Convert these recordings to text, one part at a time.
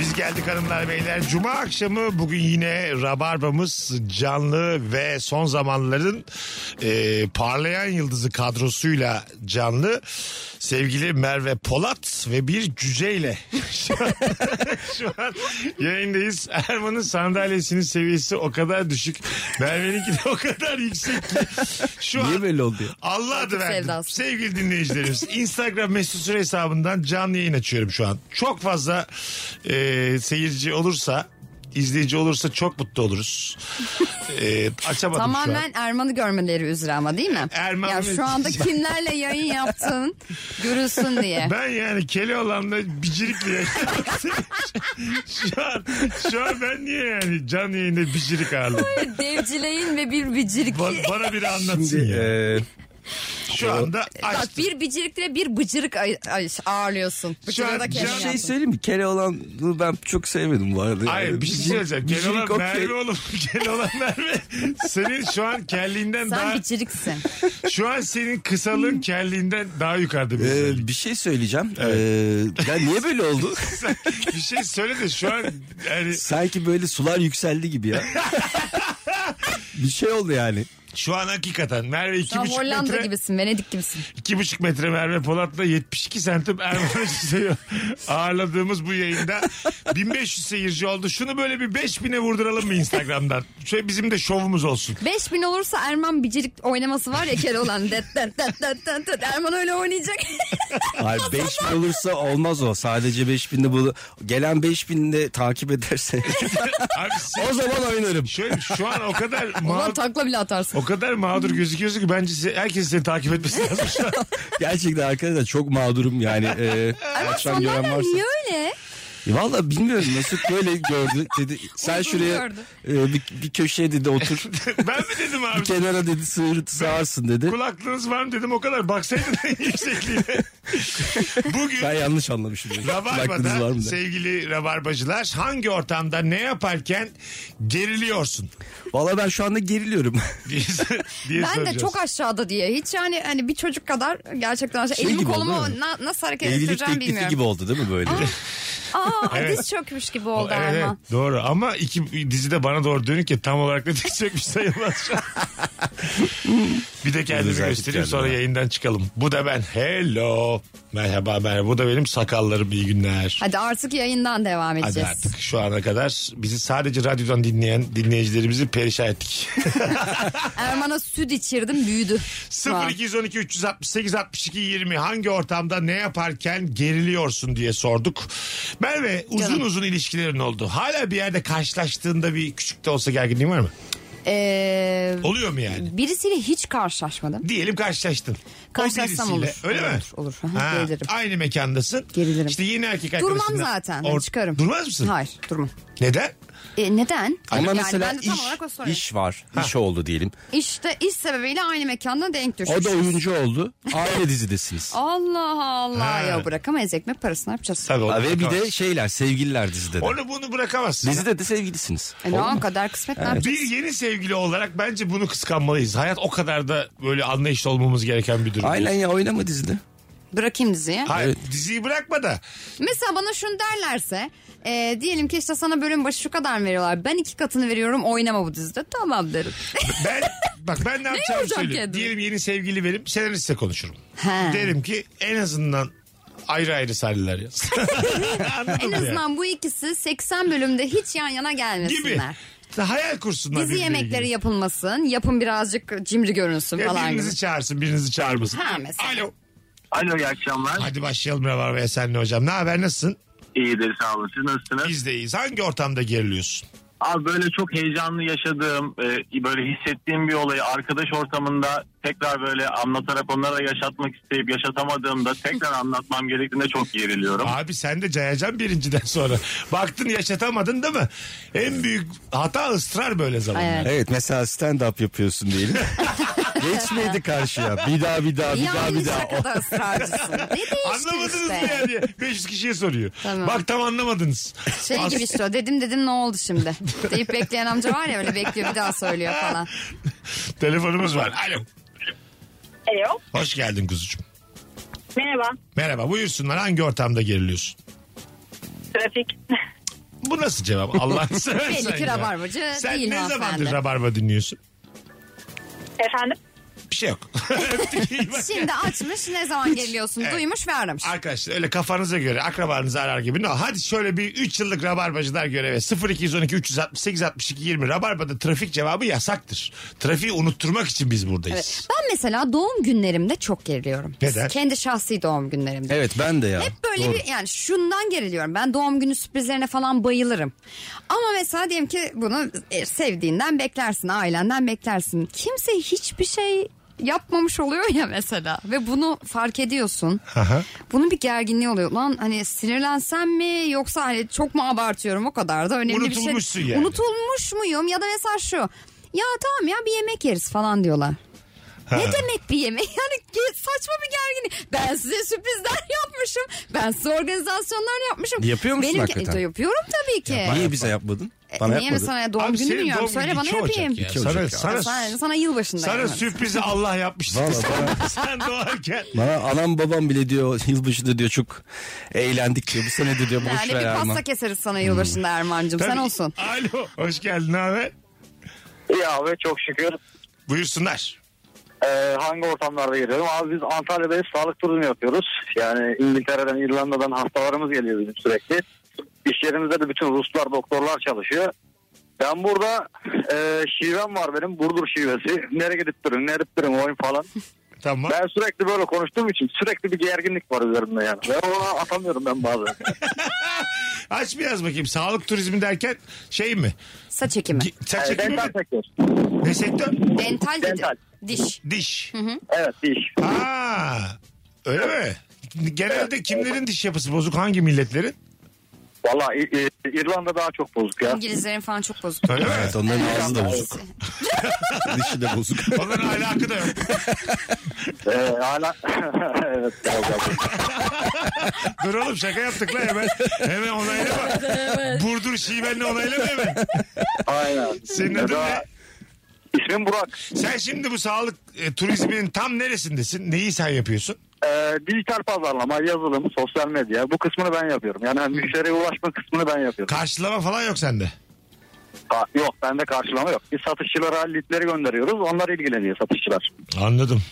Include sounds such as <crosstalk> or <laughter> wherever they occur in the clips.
Biz geldik hanımlar beyler. Cuma akşamı bugün yine Rabarba'mız canlı ve son zamanların e, parlayan yıldızı kadrosuyla canlı. Sevgili Merve Polat ve bir cüceyle <laughs> şu an, şu an yayındayız. Erman'ın sandalyesinin seviyesi o kadar düşük. Merve'ninki de o kadar yüksek ki. Şu an böyle oldu ya? Allah adı verdim. sevdası. <laughs> Sevgili dinleyicilerimiz Instagram mesut süre hesabından canlı yayın açıyorum şu an. Çok fazla e, seyirci olursa izleyici olursa çok <laughs> mutlu oluruz. E, açamadım şu an. Tamamen Erman'ı görmeleri üzere ama değil mi? Erman ya ve- şu anda kimlerle yayın yaptığın <laughs> görülsün diye. Ben yani Keloğlan'da bicirik diye. <laughs> şu an şu an ben niye yani canlı yayında bicirik ağırladım? Devcileyin ve bir bicirik. Ba- bana biri anlatsın Şimdi, ya. e, Şu anda Bak açtım. bir bicirikle bir bıcırık ay- ay- ağırlıyorsun. Bıcırığı an da can- kendin Şey şey yaptın. söyleyeyim mi? Keloğlan'ı ben çok sevmedim bu arada. Hayır Yani. bir şey söyleyeceğim. Gel Bicirik olan okey. Merve oğlum. <laughs> Gel olan Merve. Senin şu <laughs> an kelliğinden Sen daha... <laughs> biciriksin. Şu an senin kısalığın kelliğinden daha yukarıda bir özellik. E, bir şey söyleyeceğim. E, ya niye <laughs> böyle oldu? Sen bir şey söyle de şu an yani Sanki böyle sular yükseldi <laughs> gibi ya. bir şey oldu yani. şu an hakikaten Merve iki Tam buçuk Hollanda metre gibisin, Venedik gibisin. iki buçuk metre Merve Polat'la 72 santim Erman <laughs> Özüse'yi ağırladığımız bu yayında 1500 seyirci oldu. Şunu böyle bir 5000'e vurduralım mı Instagram'dan? Şöyle bizim de şovumuz olsun. 5000 olursa Erman bicirik oynaması var ya <laughs> Keloğlan. Det, det, det, det, det, det. Erman öyle oynayacak. <laughs> Hayır 5000 olursa olmaz o. Sadece 5000'de bu. Gelen 5000'de <laughs> takip ederse. Abi o siz- zaman oynarım. şöyle şu an o kadar Ulan mağdur, takla bile atarsın. o kadar mağdur gözüküyorsun ki bence size, herkes seni takip etmesi lazım şu an. Gerçekten arkadaşlar çok mağdurum yani. E, Ama akşam gören sonlardan varsa. niye öyle? E Valla bilmiyorum Mesut böyle gördü dedi. Sen Uygun şuraya gördü. e, bir, bir köşeye dedi otur. Ben mi dedim abi? bir kenara dedi sığır, sığarsın dedi. Kulaklığınız var mı dedim o kadar baksaydın yüksekliğine. Bugün Ben yanlış anlamışım. dedi. Kulaklığınız var Rabarba'da şey- mı? dedi. sevgili Rabarbacılar hangi ortamda ne yaparken geriliyorsun Valla ben şu anda geriliyorum. diye, diye Ben soracağız. de çok aşağıda diye. Hiç yani hani bir çocuk kadar gerçekten aşağı. Şey elimi gibi oldu kolumu değil mi? na- nasıl hareket Evlilik ettireceğim teklifi bilmiyorum. gibi oldu değil mi böyle? Aa <laughs> Evet. diz çökmüş gibi oldu Evet, evet, Erman. doğru ama iki dizide bana doğru dönük ya tam olarak ne diyecekmiş sayılmaz şu an. Bir de kendimi Özellikle göstereyim sonra kendine. yayından çıkalım. Bu da ben. Hello. Merhaba merhaba. Bu da benim sakallarım. iyi günler. Hadi artık yayından devam Hadi edeceğiz. artık şu ana kadar bizi sadece radyodan dinleyen dinleyicilerimizi <laughs> perişan ettik. Erman'a süt içirdim büyüdü. Şu an. 0212 368 62 20 hangi ortamda ne yaparken geriliyorsun diye sorduk. Merve uzun Canım. uzun ilişkilerin oldu. Hala bir yerde karşılaştığında bir küçük de olsa gerginliğin var mı? Ee, Oluyor mu yani? birisiyle hiç karşılaşmadım. Diyelim karşılaştın. O Karşılaşsam birisiyle, olur. Öyle mi? Olur, olur. Aha, gerilirim. Aynı mekandasın. Gerilirim. İşte yeni erkek Durmam arkadaşınla. zaten. Ben Or- çıkarım. Durmaz mısın? Hayır durmam. Neden? E, neden? Ama yani mesela ben de tam olarak o iş, soruyu. iş var. İş oldu diyelim. İşte iş sebebiyle aynı mekanda denk düşmüş. O da oyuncu oldu. Aynı dizidesiniz. Allah Allah Ha. ya bırakamayız ekmek parasını yapacağız. Tabii onu Ve bir de bırakamazsın. şeyler sevgililer dizide de. Onu bunu bırakamazsın. Dizide de sevgilisiniz. E, ne an kadar kısmet ne yapacağız? Bir yeni sevgili olarak bence bunu kıskanmalıyız. Hayat o kadar da böyle anlayışlı olmamız gereken bir durum. Aynen ya oynama dizide. Bırakayım diziyi. Hayır diziyi bırakma da. Mesela bana şunu derlerse e, diyelim ki işte sana bölüm başı şu kadar veriyorlar. Ben iki katını veriyorum oynama bu dizide. Tamam <laughs> derim. <laughs> Ben bak ben ne yapacağımı yapacağım söyleyeyim. kendime? Diyelim yeni sevgili benim senaristle konuşurum. He. Derim ki en azından ayrı ayrı <laughs> sahneler yaz. Anladın en mı yani? azından bu ikisi 80 bölümde hiç yan yana Gibi. gelmesinler. Hayal kursunlar. Dizi birbirine yemekleri gibi. yapılmasın. Yapım birazcık cimri görünsün Ya falan gibi. birinizi çağırsın birinizi çağırmasın. Ha, mesela. Alo. Alo iyi akşamlar. Hadi başlayalım Ravar ve Senle hocam. Ne haber nasılsın? İyidir sağ olun. Siz nasılsınız? Biz deyiz. Hangi ortamda geriliyorsun? Abi böyle çok heyecanlı yaşadığım, e, böyle hissettiğim bir olayı arkadaş ortamında tekrar böyle anlatarak onlara yaşatmak isteyip yaşatamadığımda tekrar anlatmam gerektiğinde çok geriliyorum. Abi sen de cayacaksın birinciden sonra. Baktın yaşatamadın değil mi? En büyük hata ısrar böyle zamanlar. Evet. <laughs> Evet mesela stand up yapıyorsun diyelim. Geçmedi karşıya. Bir daha bir daha bir daha Yani bir daha. Oh. ne kadar ısrarcısın. Ne değişti Anlamadınız işte. mı yani? 500 kişiye soruyor. Tamam. Bak tam anlamadınız. Şey gibi işte o, dedim dedim ne oldu <laughs> şimdi? Deyip bekleyen amca var ya öyle bekliyor bir daha söylüyor falan. Telefonumuz var. Alo. Alo. Hoş geldin kuzucuğum. Merhaba. Merhaba buyursunlar hangi ortamda geriliyorsun? Trafik. <laughs> Bu nasıl cevap? Allah <laughs> seversen Belli ki ya. rabarbacı Sen değil ne zamandır hanımefendi. rabarba dinliyorsun? Efendim? Bir şey yok. <laughs> <laughs> Şimdi açmış ne zaman geliyorsun Evet. duymuş ve aramış. Arkadaşlar öyle kafanıza göre akrabanızı arar gibi. No, hadi şöyle bir 3 yıllık rabarbacılar göreve 0212 368 62 20 rabarbada trafik cevabı yasaktır. Trafiği unutturmak için biz buradayız. Ben mesela doğum günlerimde çok geriliyorum. Neden? Kendi şahsi doğum günlerimde. Evet ben de ya. Hep böyle Doğru. bir yani şundan geriliyorum. Ben doğum günü sürprizlerine falan bayılırım. Ama mesela diyelim ki bunu e, sevdiğinden beklersin, ailenden beklersin. Kimse hiçbir şey yapmamış oluyor ya mesela ve bunu fark ediyorsun. Aha. Bunun bir gerginliği oluyor. Lan hani sinirlensem mi yoksa hani çok mu abartıyorum o kadar da önemli bir şey. Unutulmuşsun yani. Unutulmuş muyum ya da mesela şu. Ya tamam ya bir yemek yeriz falan diyorlar. Ne demek bir yemek? <laughs> Yani ge- saçma bir gerginlik. Ben size sürprizler <laughs> yapmışım. Ben size organizasyonlar yapmışım. Yapıyor musun Benimki- hakikaten? E, yapıyorum tabii ki. Niye bize yapmadın? E, Bana Niye mi yapmadın. sana doğum Abi günü senin mü yiyorum? doğum Söyle günü bana iki yapayım. Ocak ya. İki Sana, Ocak ya. sana, Sana, sana yılbaşında sana yaparım. sürprizi Allah yapmıştır. Vallahi <laughs> bana- Sen doğarken. Bana anam babam bile diyor yılbaşında diyor çok eğlendik diyor. Bu sene de diyor boş Yani ver bir pasta Erman. keseriz sana yılbaşında Erman'cığım. Sen Tabii. olsun. Alo. Hoş geldin abi. Ya abi çok şükür. Buyursunlar. Ee, hangi ortamlarda geliyorum? Abi biz Antalya'dayız sağlık turizmi yapıyoruz. Yani İngiltere'den İrlanda'dan hastalarımız geliyor bizim sürekli. İş yerimizde de bütün Ruslar doktorlar çalışıyor. Ben burada e, şivem var benim Burdur şivesi. Nereye gidip durun, nereye gidip durun oyun falan. Tamam. Ben sürekli böyle konuştuğum için sürekli bir gerginlik var üzerimde yani. Ben ona atamıyorum ben bazen. Aç biraz bakayım. Sağlık turizmi derken şey mi? Saç ekimi. Gi- Saç Ee, ekimi mi? dental sektör. Ne sektör? Dental dedi. Dental. Diş. Diş. Evet diş. Ha. Öyle mi? Genelde kimlerin diş yapısı bozuk? Hangi milletlerin? Valla İ- İ- İrlanda daha çok bozuk ya. İngilizlerin falan çok bozuk. Öyle mi? Evet onların ağzı da <laughs> bozuk. Dişi de bozuk. Onların alakası da yok. Ee, hala... <laughs> evet, biraz daha bozuk. <laughs> Dur oğlum şaka yaptık lan hemen. Hemen onaylama. Burdur şivenle onaylama hemen. Aynen. Senin Ya adın da- ne? İsmim Burak. Sen şimdi bu sağlık e, turizminin tam neresindesin? Neyi sen yapıyorsun? Ee, dijital pazarlama, yazılım, sosyal medya bu kısmını ben yapıyorum. Yani hani müşteriye ulaşma kısmını ben yapıyorum. Karşılama falan yok sende. Ka- yok bende karşılama yok. Biz satışçılara leadleri gönderiyoruz. Onlar ilgileniyor satışçılar. Anladım.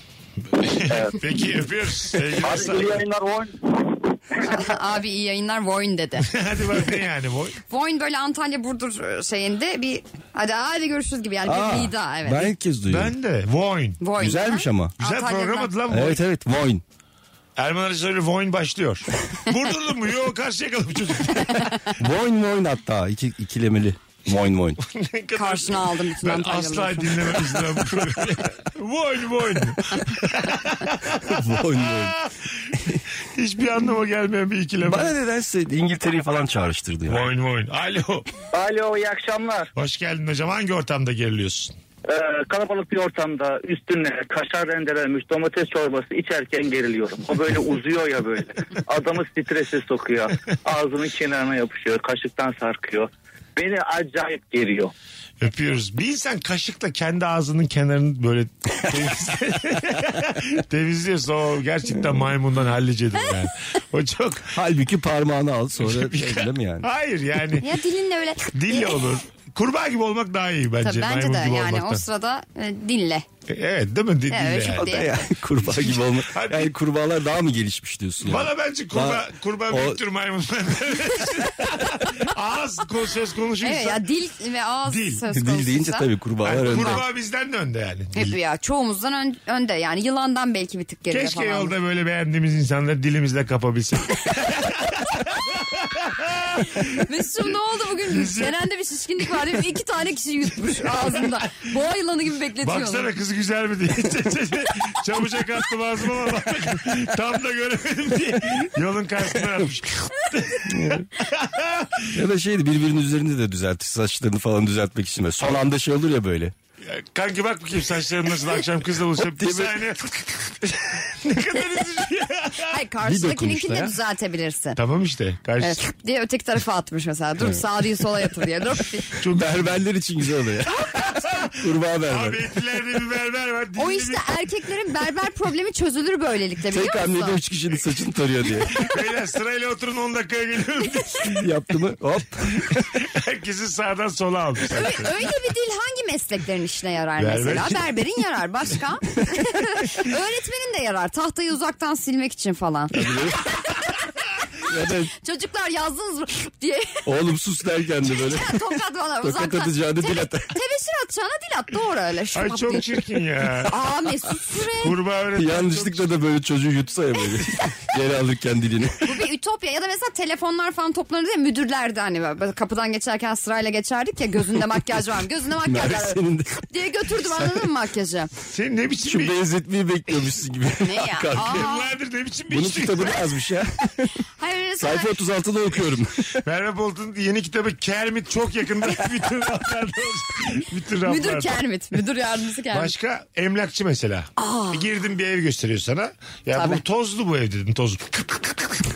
Evet. <laughs> Peki öpüyoruz. Sevgili Abi iyi Aslan. yayınlar oyun. Abi iyi yayınlar Voin <laughs> dedi. <laughs> Hadi bak ne yani boy? Voin böyle Antalya Burdur şeyinde bir hadi hadi görüşürüz gibi yani Aa, bir vida evet. Ben ilk kez duyuyorum. Ben de. Voin. Voin. Güzelmiş Ha? ama. Güzel Antalya'dan. program adı lan Voin. Evet evet Voin. Erman Arıcı söyle Voin <laughs> başlıyor. Burdurlu mu? Yok Karşıyakalı bu çocuk. <laughs> Voin Voin hatta iki, ikilemeli. Voin Voin. Ne kadar- Karşına aldım bütün Ben Antalyalıları. asla dinlemem <laughs> izlemem bu programı. Voin voin. <laughs> Voin Voin. Hiçbir anlama gelmeyen bir Bana ikileme. nedense İngiltere'yi falan çağrıştırdı ya. Voin voin. Alo. Alo iyi akşamlar. Hoş geldin hocam. Hangi ortamda geriliyorsun? Ee, kalabalık bir ortamda üstüne kaşar rendelenmiş domates çorbası içerken geriliyorum. O böyle uzuyor ya böyle. Adamı strese sokuyor. Ağzının kenarına yapışıyor. Kaşıktan sarkıyor. Beni acayip geriyor. Öpüyoruz. Bir insan kaşıkla kendi ağzının kenarını böyle temizle- <laughs> temizliyorsa o gerçekten maymundan hallicedir yani. O çok... Halbuki parmağını <laughs> al sonra öyle şey, mi yani? Hayır yani. Ya dilinle öyle. <laughs> Dille olur. Kurbağa gibi olmak daha iyi bence. Tabii bence maymun de gibi yani o olmaktan. sırada e, dille. Evet değil mi? Dille Evet, yani. çok Ya yani kurbağa gibi olma. <laughs> Hadi. Yani kurbağalar daha mı gelişmiş diyorsun ya? Bana bence kurba, Daha- kurban o- büyüktür maymundan. Ağız kon- söz konuşuyorsa. Evet ya dil ve ağız Dil. söz Dil deyince konusuysa- tabii kurbağalar Yani önde. kurbağa bizden de önde yani. Hep ya çoğumuzdan ön- önde yani yılandan belki bir tık geride Keşke falan. yolda böyle beğendiğimiz insanları dilimizle kapabilsek. <laughs> Mesut'um ne oldu bugün? Senende bir şişkinlik var değil mi? İki tane kişi <laughs> yutmuş ağzında. Boğa yılanı gibi bekletiyor. onu. Baksana kız güzel mi diye. <laughs> Çabucak attım ağzıma ama bak- tam da göremedim diye. Yolun karşısına atmış. Ya da şeydi birbirinin üzerinde de düzeltir. Saçlarını falan düzeltmek için. böyle. Son anda şey olur ya böyle. Kanki bak bakayım saçlarım nasıl akşam kızla buluşup bir saniye. <laughs> ne kadar üzücü ya. Hayır dokunuşla karşısındakininkini ya. de düzeltebilirsin. Tamam işte. Karşı... Evet, diye öteki tarafa atmış mesela. Dur sağa değil sola yatır diye. <laughs> Dur. Çok Berberler için <laughs> güzel oluyor. Kurbağa Abi berber. etlerde bir berber var. O Dilini işte erkeklerin berber problemi çözülür böylelikle biliyor Tek hamlede musun? üç kişinin saçını <laughs> tarıyor diye. bir- <laughs> Beyler sırayla oturun 10 <laughs> dakikaya geliyorum. Yaptı mı hop. Herkesi sağdan sola almış. Ö- Öyle bir dil hangi mesleklerin işine yarar Berber. mesela? Berberin yarar başka. Öğretmenin de yarar. Tahtayı uzaktan silmek için falan. <laughs> Ya da Çocuklar yazdınız mı <laughs> diye oğlum sus derken de böyle. tokat bana uzaktan. Tokat atacağını dil atar. Tebeşir atacağına dil at doğru öyle. Şap Ay diye. çok <laughs> çirkin ya. Aa Mesut <laughs> Süre. Kurbağa öğretmen. Yanlışlıkla da böyle çocuğu yutsa <laughs> ya böyle. Geri alırken dilini. Bu bir ütopya. Ya da mesela telefonlar falan toplanır diye müdürler de hani böyle kapıdan geçerken sırayla geçerdik ya gözünde makyaj var mı? Gözünde makyaj Merve var mı? senin de diye götürdüm anladın mı makyajı? Senin ne biçim şu bir... benzetmeyi bekliyormuşsun gibi. Ne ya? şey. Kanka. Aa, Yıllardır ne biçim bir Bunun işçi? kitabını <laughs> yazmış ya. hayır, öyle Sayfa sana- 36'da okuyorum. <laughs> Merve Bolt'un yeni kitabı Kermit çok yakında <laughs> bütün raflarda olacak. Bütün raflarda. Müdür Kermit. Müdür yardımcısı <laughs> Kermit. Başka emlakçı mesela. Bir Girdim bir ev gösteriyor sana. Ya bu Tabii. tozlu bu ev dedim tozlu. <laughs>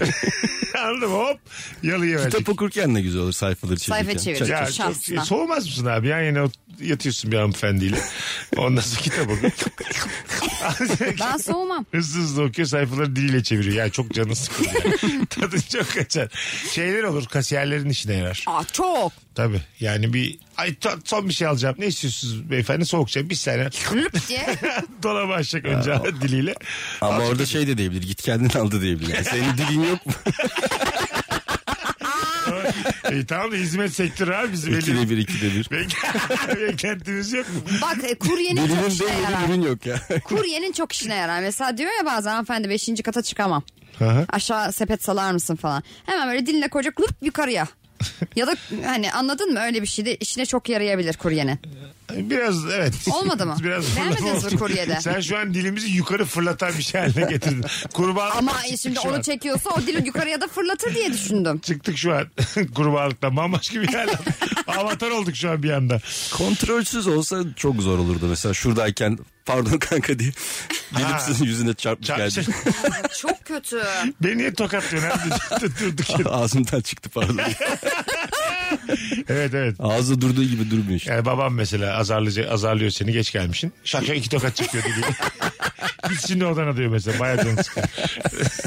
Anladım hop yalıya verdik. Kitap okurken de güzel olur sayfaları çevirirken. Sayfa çevir. Çak- Ya çok- Şahsına. soğumaz mısın abi? Yan yana ot- yatıyorsun bir hanımefendiyle. <laughs> Ondan sonra kitap okuyor. Ben soğumam. hızlı hızlı okuyor sayfaları diliyle çeviriyor. Ya çok canı sıkılıyor. <laughs> Tadın çok kaçar. Şeyler olur kasiyerlerin işine yarar. Aa, çok. Tabii yani bir ay to- son bir şey alacağım. Ne istiyorsunuz beyefendi? Soğuk çay. Bir saniye. Lüp diye. <laughs> Dolaba açacak önce <laughs> diliyle. Ama orada şey de diyebilir. Git kendin aldı diyebilir. Yani senin dilin yok <laughs> mu? E, tamam da hizmet sektörü abi bizim. elimiz- İkide bir ikide bir. <laughs> Bek- Beklentimiz yok mu? Bak e, kuryenin çok Dilinin de işine yarar. yeni ürün yok ya. Kuryenin çok işine yarar. Mesela diyor ya bazen hanımefendi 5. kata çıkamam. Aha. Aşağı sepet salar mısın falan. Hemen böyle diline koyacak lüp <laughs> yukarıya. ya da hani anladın mı öyle bir şey de işine çok yarayabilir kuryenin. Biraz evet. Olmadı mı? <laughs> Biraz Beğenmediniz fırlama mi oldu. kuryede? <laughs> Sen şu an dilimizi yukarı fırlatan bir şey haline getirdin. Kurbağa Ama şimdi şey onu çekiyorsa o dili yukarıya da fırlatır diye düşündüm. Çıktık şu an <laughs> kurbağalıktan bambaşka <laughs> bir yerden. Avatar olduk şu an bir anda. <laughs> Kontrolsüz olsa çok zor olurdu mesela şuradayken pardon <laughs> kanka diye Ha. gelip sizin yüzüne çarpmış geldi. Çarpışır. Çok kötü. şey, Beni niye tokatlıyorsun <laughs> abi? Durduk yere. <laughs> Ağzımdan çıktı <laughs> pardon. Evet evet. Ağzı durduğu gibi durmuyor işte. Yani babam mesela azarlıca, azarlıyor seni geç gelmişsin. Şak şak iki tokat çekiyor <laughs> dedi. Git şimdi odana diyor mesela. Bayağı canı sıkıyor.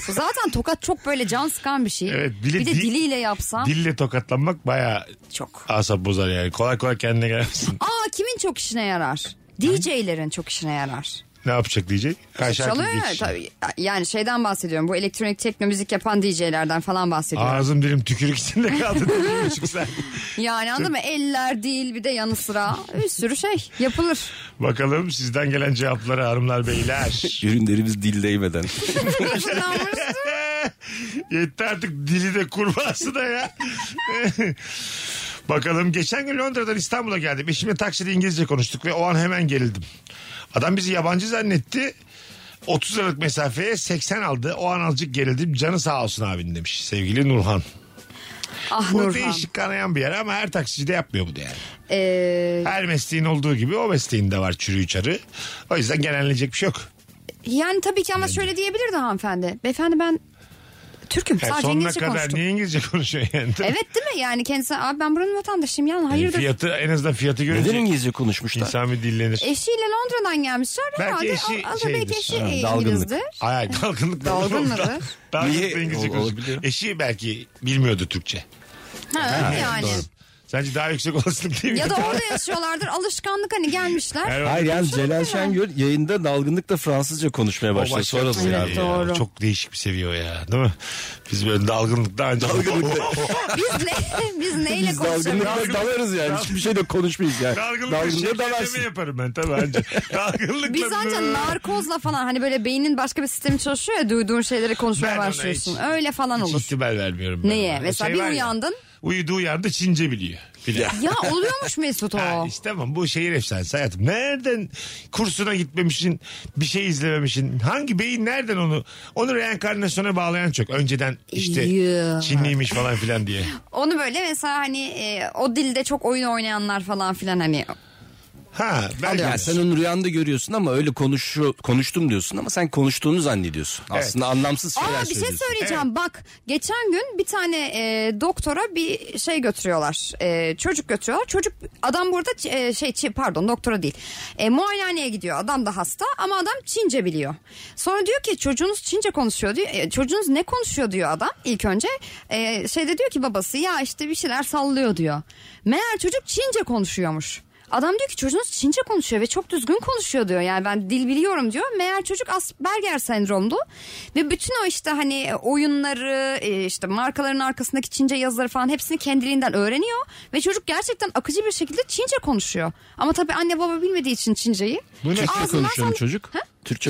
Zaten tokat çok böyle can sıkan bir şey. Evet, bir de dili- dil- diliyle yapsam Dille tokatlanmak bayağı çok. asap bozar yani. Kolay kolay kendine gelemezsin. Aa kimin çok işine yarar? DJ'lerin çok işine yarar. Ne yapacak diyecek. Karşı Çalıyor haklı ya geçiş. tabii. Yani şeyden bahsediyorum. Bu elektronik tekno müzik yapan DJ'lerden falan bahsediyorum. Ağzım dilim tükürük içinde kaldı. <laughs> Bir buçuk saat. yani anladın mı? Eller değil bir de yanı sıra bir sürü şey yapılır. <laughs> Bakalım sizden gelen cevapları hanımlar beyler. <laughs> Ürünlerimiz dil değmeden. Fırlanmış. Yetti artık dili de kurbağası da ya. <laughs> Bakalım geçen gün Londra'dan İstanbul'a geldim. Eşimle takside İngilizce konuştuk ve o an hemen gerildim. Adam bizi yabancı zannetti. 30 liralık mesafeye 80 aldı. O an azıcık gerildim. Canı sağ olsun abin demiş sevgili Nurhan. ah Bu Nurhan. değişik kanayan bir yer ama her taksici de yapmıyor bunu yani. Ee, Her mesleğin olduğu gibi o mesleğin de var çürüyü çarı. O yüzden genelleyecek bir şey yok. yani tabii ki ama şöyle diyebilirdi hanımefendi. Beyefendi ben Türk'üm. Yani Sadece E, sonuna İngilizce kadar konuştum. niye İngilizce konuşuyor yani? Evet değil mi? Yani kendisi abi ben buranın vatandaşıyım E, yani hayırdır. Fiyatı en azından fiyatı Neden görünce İngilizce konuşmuşlar? insan bir dillenir. Eşiyle Londra'dan gelmişler. Belki Herhalde eşi az şeydir. belki eşi Ha, e, dalgınlık. İngilizdir. Ay ay dalgınlık. <laughs> Dalgınlıdır. Dalgınlık Niye? İngilizce Ol- konuşuyor. olabiliyor. Eşi belki bilmiyordu Türkçe. Ha, yani. Sence daha yüksek olasılık değil mi? Hani? Ya da <laughs> orada yaşıyorlardır. Alışkanlık hani gelmişler. Her- Hayır yani Celal Şengör yayında dalgınlıkla Fransızca konuşmaya O başladı. başka şey. Sonra bir seviye yani. ya. Hani, doğru. Çok değişik bir seviye o ya. Değil mi? Biz böyle dalgınlıkta ancak... <laughs> Dalgınlıkta. Biz ne <laughs> biz neyle Biz konuşabiliriz? dalgınlıkla dalarız yani. Hiçbir şeyle konuşmayız yani. Dalgınlıkta Dalgınlıkla şekerleme dalarsın. şey yaparım ben tabii ancak. Dalgınlıkla... Biz ancak böyle- narkozla falan hani böyle beynin başka bir sistemi çalışıyor ya duyduğun şeyleri konuşmaya Ben ona başlıyorsun. hiç- Öyle falan Hiç olur. ihtimal vermiyorum. ben Neye? ona. O Mesela şey var bir ya, uyandın. Uyudu uyandı Çince biliyor. Filan. Ya oluyormuş Mesut <laughs> Ha, o. işte tamam bu şehir efsanesi hayatım. Nereden kursuna gitmemişsin, bir şey izlememişsin. Hangi beyin nereden onu? Onu reenkarnasyona bağlayan çok. Önceden işte Yeah. Çinliymiş falan filan diye. Onu böyle mesela hani e, o dilde çok oyun oynayanlar falan filan hani Ha belki. Yani sen onu rüyanda görüyorsun ama öyle konuşu, konuştum diyorsun ama sen konuştuğunu zannediyorsun. Aslında anlamsız şeyler Aa bir şey söylüyorsun. söyleyeceğim bak geçen gün bir tane e, doktora bir şey götürüyorlar E, çocuk götürüyorlar çocuk adam burada ç- e, şey çi- pardon doktora değil e, muayenehaneye gidiyor adam da hasta ama adam Çince biliyor sonra diyor ki çocuğunuz Çince konuşuyor diyor E, çocuğunuz ne konuşuyor diyor adam ilk önce e, şeyde diyor ki babası ya işte bir şeyler sallıyor diyor meğer çocuk Çince konuşuyormuş. Adam diyor ki çocuğunuz Çince konuşuyor ve çok düzgün konuşuyor diyor. Yani ben dil biliyorum diyor. Meğer çocuk Asperger sendromlu. Ve bütün o işte hani oyunları e, işte markaların arkasındaki Çince yazıları falan hepsini kendiliğinden öğreniyor. Ve çocuk gerçekten akıcı bir şekilde Çince konuşuyor. Ama tabii anne baba bilmediği için Çince'yi. Bu ne? Türkçe Ağzından konuşuyor mu sal- çocuk? Ha? Türkçe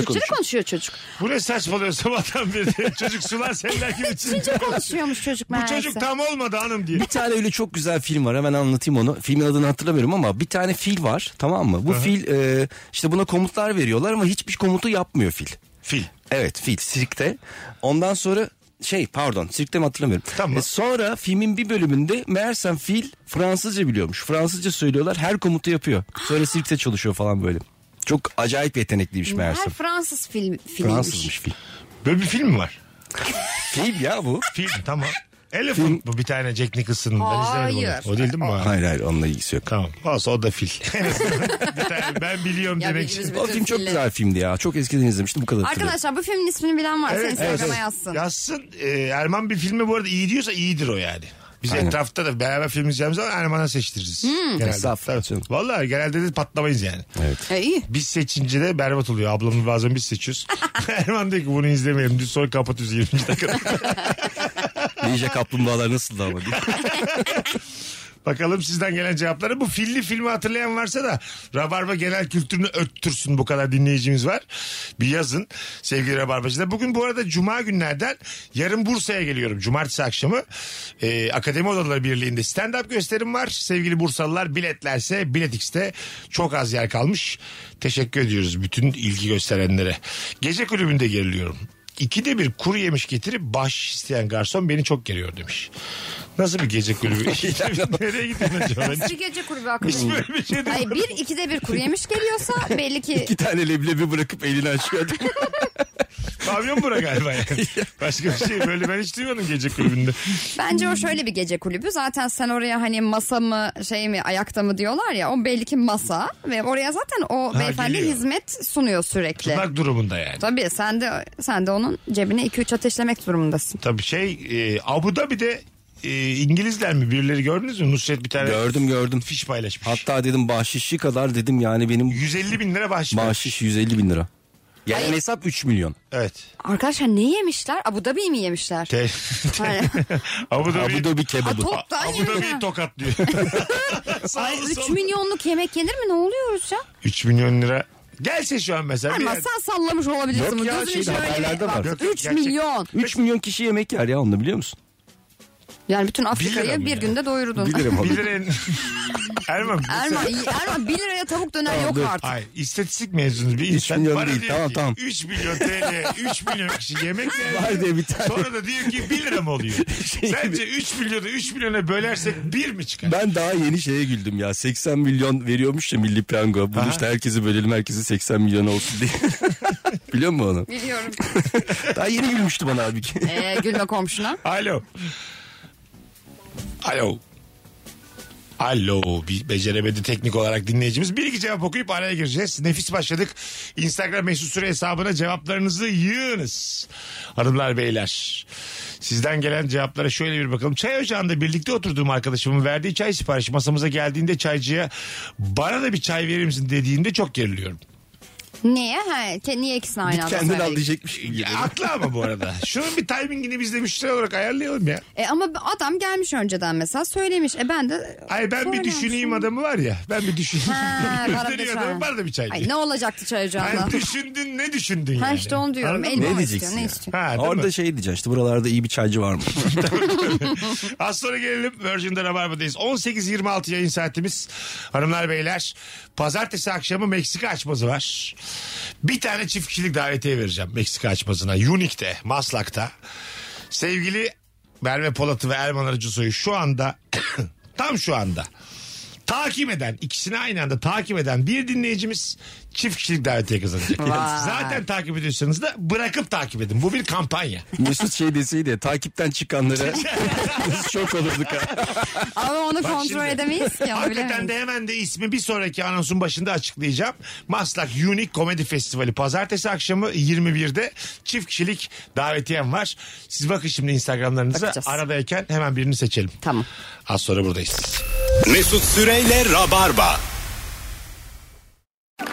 Türkçe de konuşuyor. konuşuyor çocuk. Bu ne saçmalıyor sabahtan beri. <laughs> çocuk sular seller gibi Çince <laughs> çince. konuşuyormuş çocuk Bu meğerse. çocuk tam olmadı hanım diye. Bir tane öyle çok güzel film var hemen anlatayım onu. Filmin adını hatırlamıyorum ama bir tane fil var tamam mı? Bu fil e, işte buna komutlar veriyorlar ama hiçbir komutu yapmıyor fil. Fil. Evet fil sirkte. Ondan sonra şey pardon sirkte mi hatırlamıyorum. E, Tamam. sonra filmin bir bölümünde meğersem fil Fransızca biliyormuş. Fransızca söylüyorlar her komutu yapıyor. Sonra sirkte çalışıyor falan böyle. Çok acayip yetenekliymiş Her meğersem. Fransız film, filmiymiş. Fransızmış fil. Böyle bir film mi var? Fil ya bu. Fil tamam. Elephant bu bir tane Jack Nicholson'ın. Ben izlemedim onu. Hayır. O değil değil mi? bu? Hayır hayır onunla ilgisi yok. Tamam. Olsa o da <laughs> fil. En azından bir tane ben biliyorum Ya demek biliriz için. biz. O film çok filler. güzel filmdi ya. Çok eskiden izlemiştim bu kadar hatırlıyorum. Arkadaşlar bu filmin ismini bilen varsa Instagram'a yazsın. Yazsın. Ee, Erman bir filme bu arada iyi diyorsa iyidir o yani. Biz Aynen. etrafta da beraber film izleyeceğimiz zaman Erman'a seçtiririz. Hmm. Estağfurullah Genelde. canım. Tabii. Vallahi genelde de patlamayız yani. E, iyi. Biz seçince de berbat oluyor. Ablamı bazen biz seçiyoruz. <laughs> Erman diyor ki bunu izlemeyelim. Düz sonra kapatıyoruz 20 dakika. Ninja kaplumbağalar nasıldı <laughs> ama diye. Bakalım sizden gelen cevapları. Bu filli filmi hatırlayan varsa da Rabarba genel kültürünü öttürsün bu kadar dinleyicimiz var. Bir yazın sevgili Rabarbacılar. Bugün bu arada Cuma günlerden yarın Bursa'ya geliyorum. Cumartesi akşamı e, Akademi Odaları Birliği'nde stand-up gösterim var. Sevgili Bursalılar biletlerse Bilet X'te çok az yer kalmış. Teşekkür ediyoruz bütün ilgi gösterenlere. Gece kulübünde geriliyorum. İkide bir kuru yemiş getirip baş isteyen garson beni çok geriyor demiş. Nasıl bir gece <laughs> kulübü? Nereye gidiyorsun acaba? Ben Bir gece kulübü hakkında. hiç şey <laughs> böyle bir şey demedim. Ay bir ikide bir kuru yemiş geliyorsa belli ki İki tane leblebi bırakıp elini açıyor. Pavyon bura galiba <laughs> yani. Başka bir şey böyle ben hiç duymadım gece <laughs> kulübünde. bence o şöyle bir gece kulübü. Zaten sen oraya hani masa mı şey mi ayakta mı diyorlar ya o belli ki masa ve oraya zaten o Ha, beyefendi geliyor. hizmet sunuyor sürekli. Tutmak durumunda yani. Tabii sen de sen de onun cebine 2-3 ateşlemek durumundasın. Tabii şey e, Abu Dhabi'de e, İngilizler mi birileri gördünüz mü? Nusret bir tane gördüm gördüm. fiş paylaşmış. Hatta dedim bahşişi kadar dedim yani benim 150 bin lira bahşiş. bahşiş 150 bin lira. Yani hesap 3 milyon. Evet. Arkadaşlar ne yemişler? Abu Dhabi mi yemişler? Te- <laughs> Aynen. Abu Dhabi. Abu Dhabi kebabı. Ato- Toptan Abu yemin Dhabi'yi ha. <laughs> tokatlıyor. Sağ Ay olun, 3 sol. milyonluk yemek yenir mi? Ne oluyoruz ya? 3 milyon lira. Gelse şu an mesela. bir Erman yer- sen sallamış olabilirsin. Yok ya, Gözünü şeyde, şöyle bir- haberlerde bak, var. Yok, 3 gerçek- milyon. 3 milyon kişi yemek yer ya onu biliyor musun? Yani bütün lira Afrika'yı mı bir ya? günde doyurdun. Bilirim abi. Bir lira en- <laughs> Erman. bu sefer- Erman, iyi- Erman 1 liraya tavuk döner yok dur. artık. Hayır istatistik mezunu bir insan milyon bana değil, diyor tamam, ki tamam. 3 milyon TL 3 milyon kişi <laughs> yemek yer. Var diye bir tane. Sonra da diyor ki 1 lira mı oluyor? <laughs> Şey Sence 3 milyonu 3 milyona bölersek 1 mi çıkar? Ben daha yeni şeye güldüm ya. 80 milyon veriyormuş ya Milli Piyango. Bunu Aha. işte herkesi bölelim herkesi 80 milyon olsun <laughs> diye. Biliyor musun <laughs> onu? Biliyorum. Daha yeni gülmüştü bana halbuki. Ee, gülme komşuna. Alo. Alo. Alo bir beceremedi teknik olarak dinleyicimiz. Bir iki cevap okuyup araya gireceğiz. Nefis başladık. Instagram mesut süre hesabına cevaplarınızı yığınız. Hanımlar beyler. Sizden gelen cevaplara şöyle bir bakalım. Çay ocağında birlikte oturduğum arkadaşımın verdiği çay siparişi masamıza geldiğinde çaycıya bana da bir çay verir misin dediğinde çok geriliyorum. Niye? Ha, ke- niye ikisini aynı Git anda kendin al söyledik? diyecekmiş gibi. Ya, haklı ama bu arada. Şunun bir timingini biz de müşteri olarak ayarlayalım ya. E, ama adam gelmiş önceden mesela söylemiş. E ben <laughs> de Ay ben bir söylememişim. düşüneyim adamı var ya. Ben bir düşüneyim. Ha, bana bir <laughs> Gösteriyor çay. adamı bana da bir çay Ay, diye. ne olacaktı çay ocağında? Yani düşündün ne düşündün yani? Ha işte onu diyorum. Anladın Elma Ne ne diyeceksin istiyor? Ne ya? istiyor? mı? Ha, değil Orada mi? şey diyeceksin işte buralarda iyi bir çaycı var mı? Az sonra gelelim Virgin'de Rabarba'dayız. 18-26 yayın saatimiz. Hanımlar beyler pazartesi akşamı Meksika açması var. Bir tane çift kişilik davetiye vereceğim Meksika açmasına. Unique'de, Maslak'ta. <coughs> Sevgili Merve Polat'ı ve Erman Arıcısoy'u şu anda tam şu anda takip eden ikisini aynı anda takip eden bir dinleyicimiz çift kişilik davetiye kazanacak. Vay. Zaten takip ediyorsanız da bırakıp takip edin. Bu bir kampanya. <laughs> Mesut şey deseydi takipten <laughs> çıkanlara biz şok olurduk ha. Ama onu kontrol şimdi, edemeyiz ki. onu Hakikaten bilemeyiz. de hemen de ismi bir sonraki anonsun başında açıklayacağım. Maslak Unique Komedi Festivali pazartesi akşamı 21'de çift kişilik davetiyem var. Siz bakın şimdi Instagram'larınıza Bakacağız. aradayken hemen birini seçelim. Tamam. Az sonra buradayız. Mesut Süreyle Rabarba.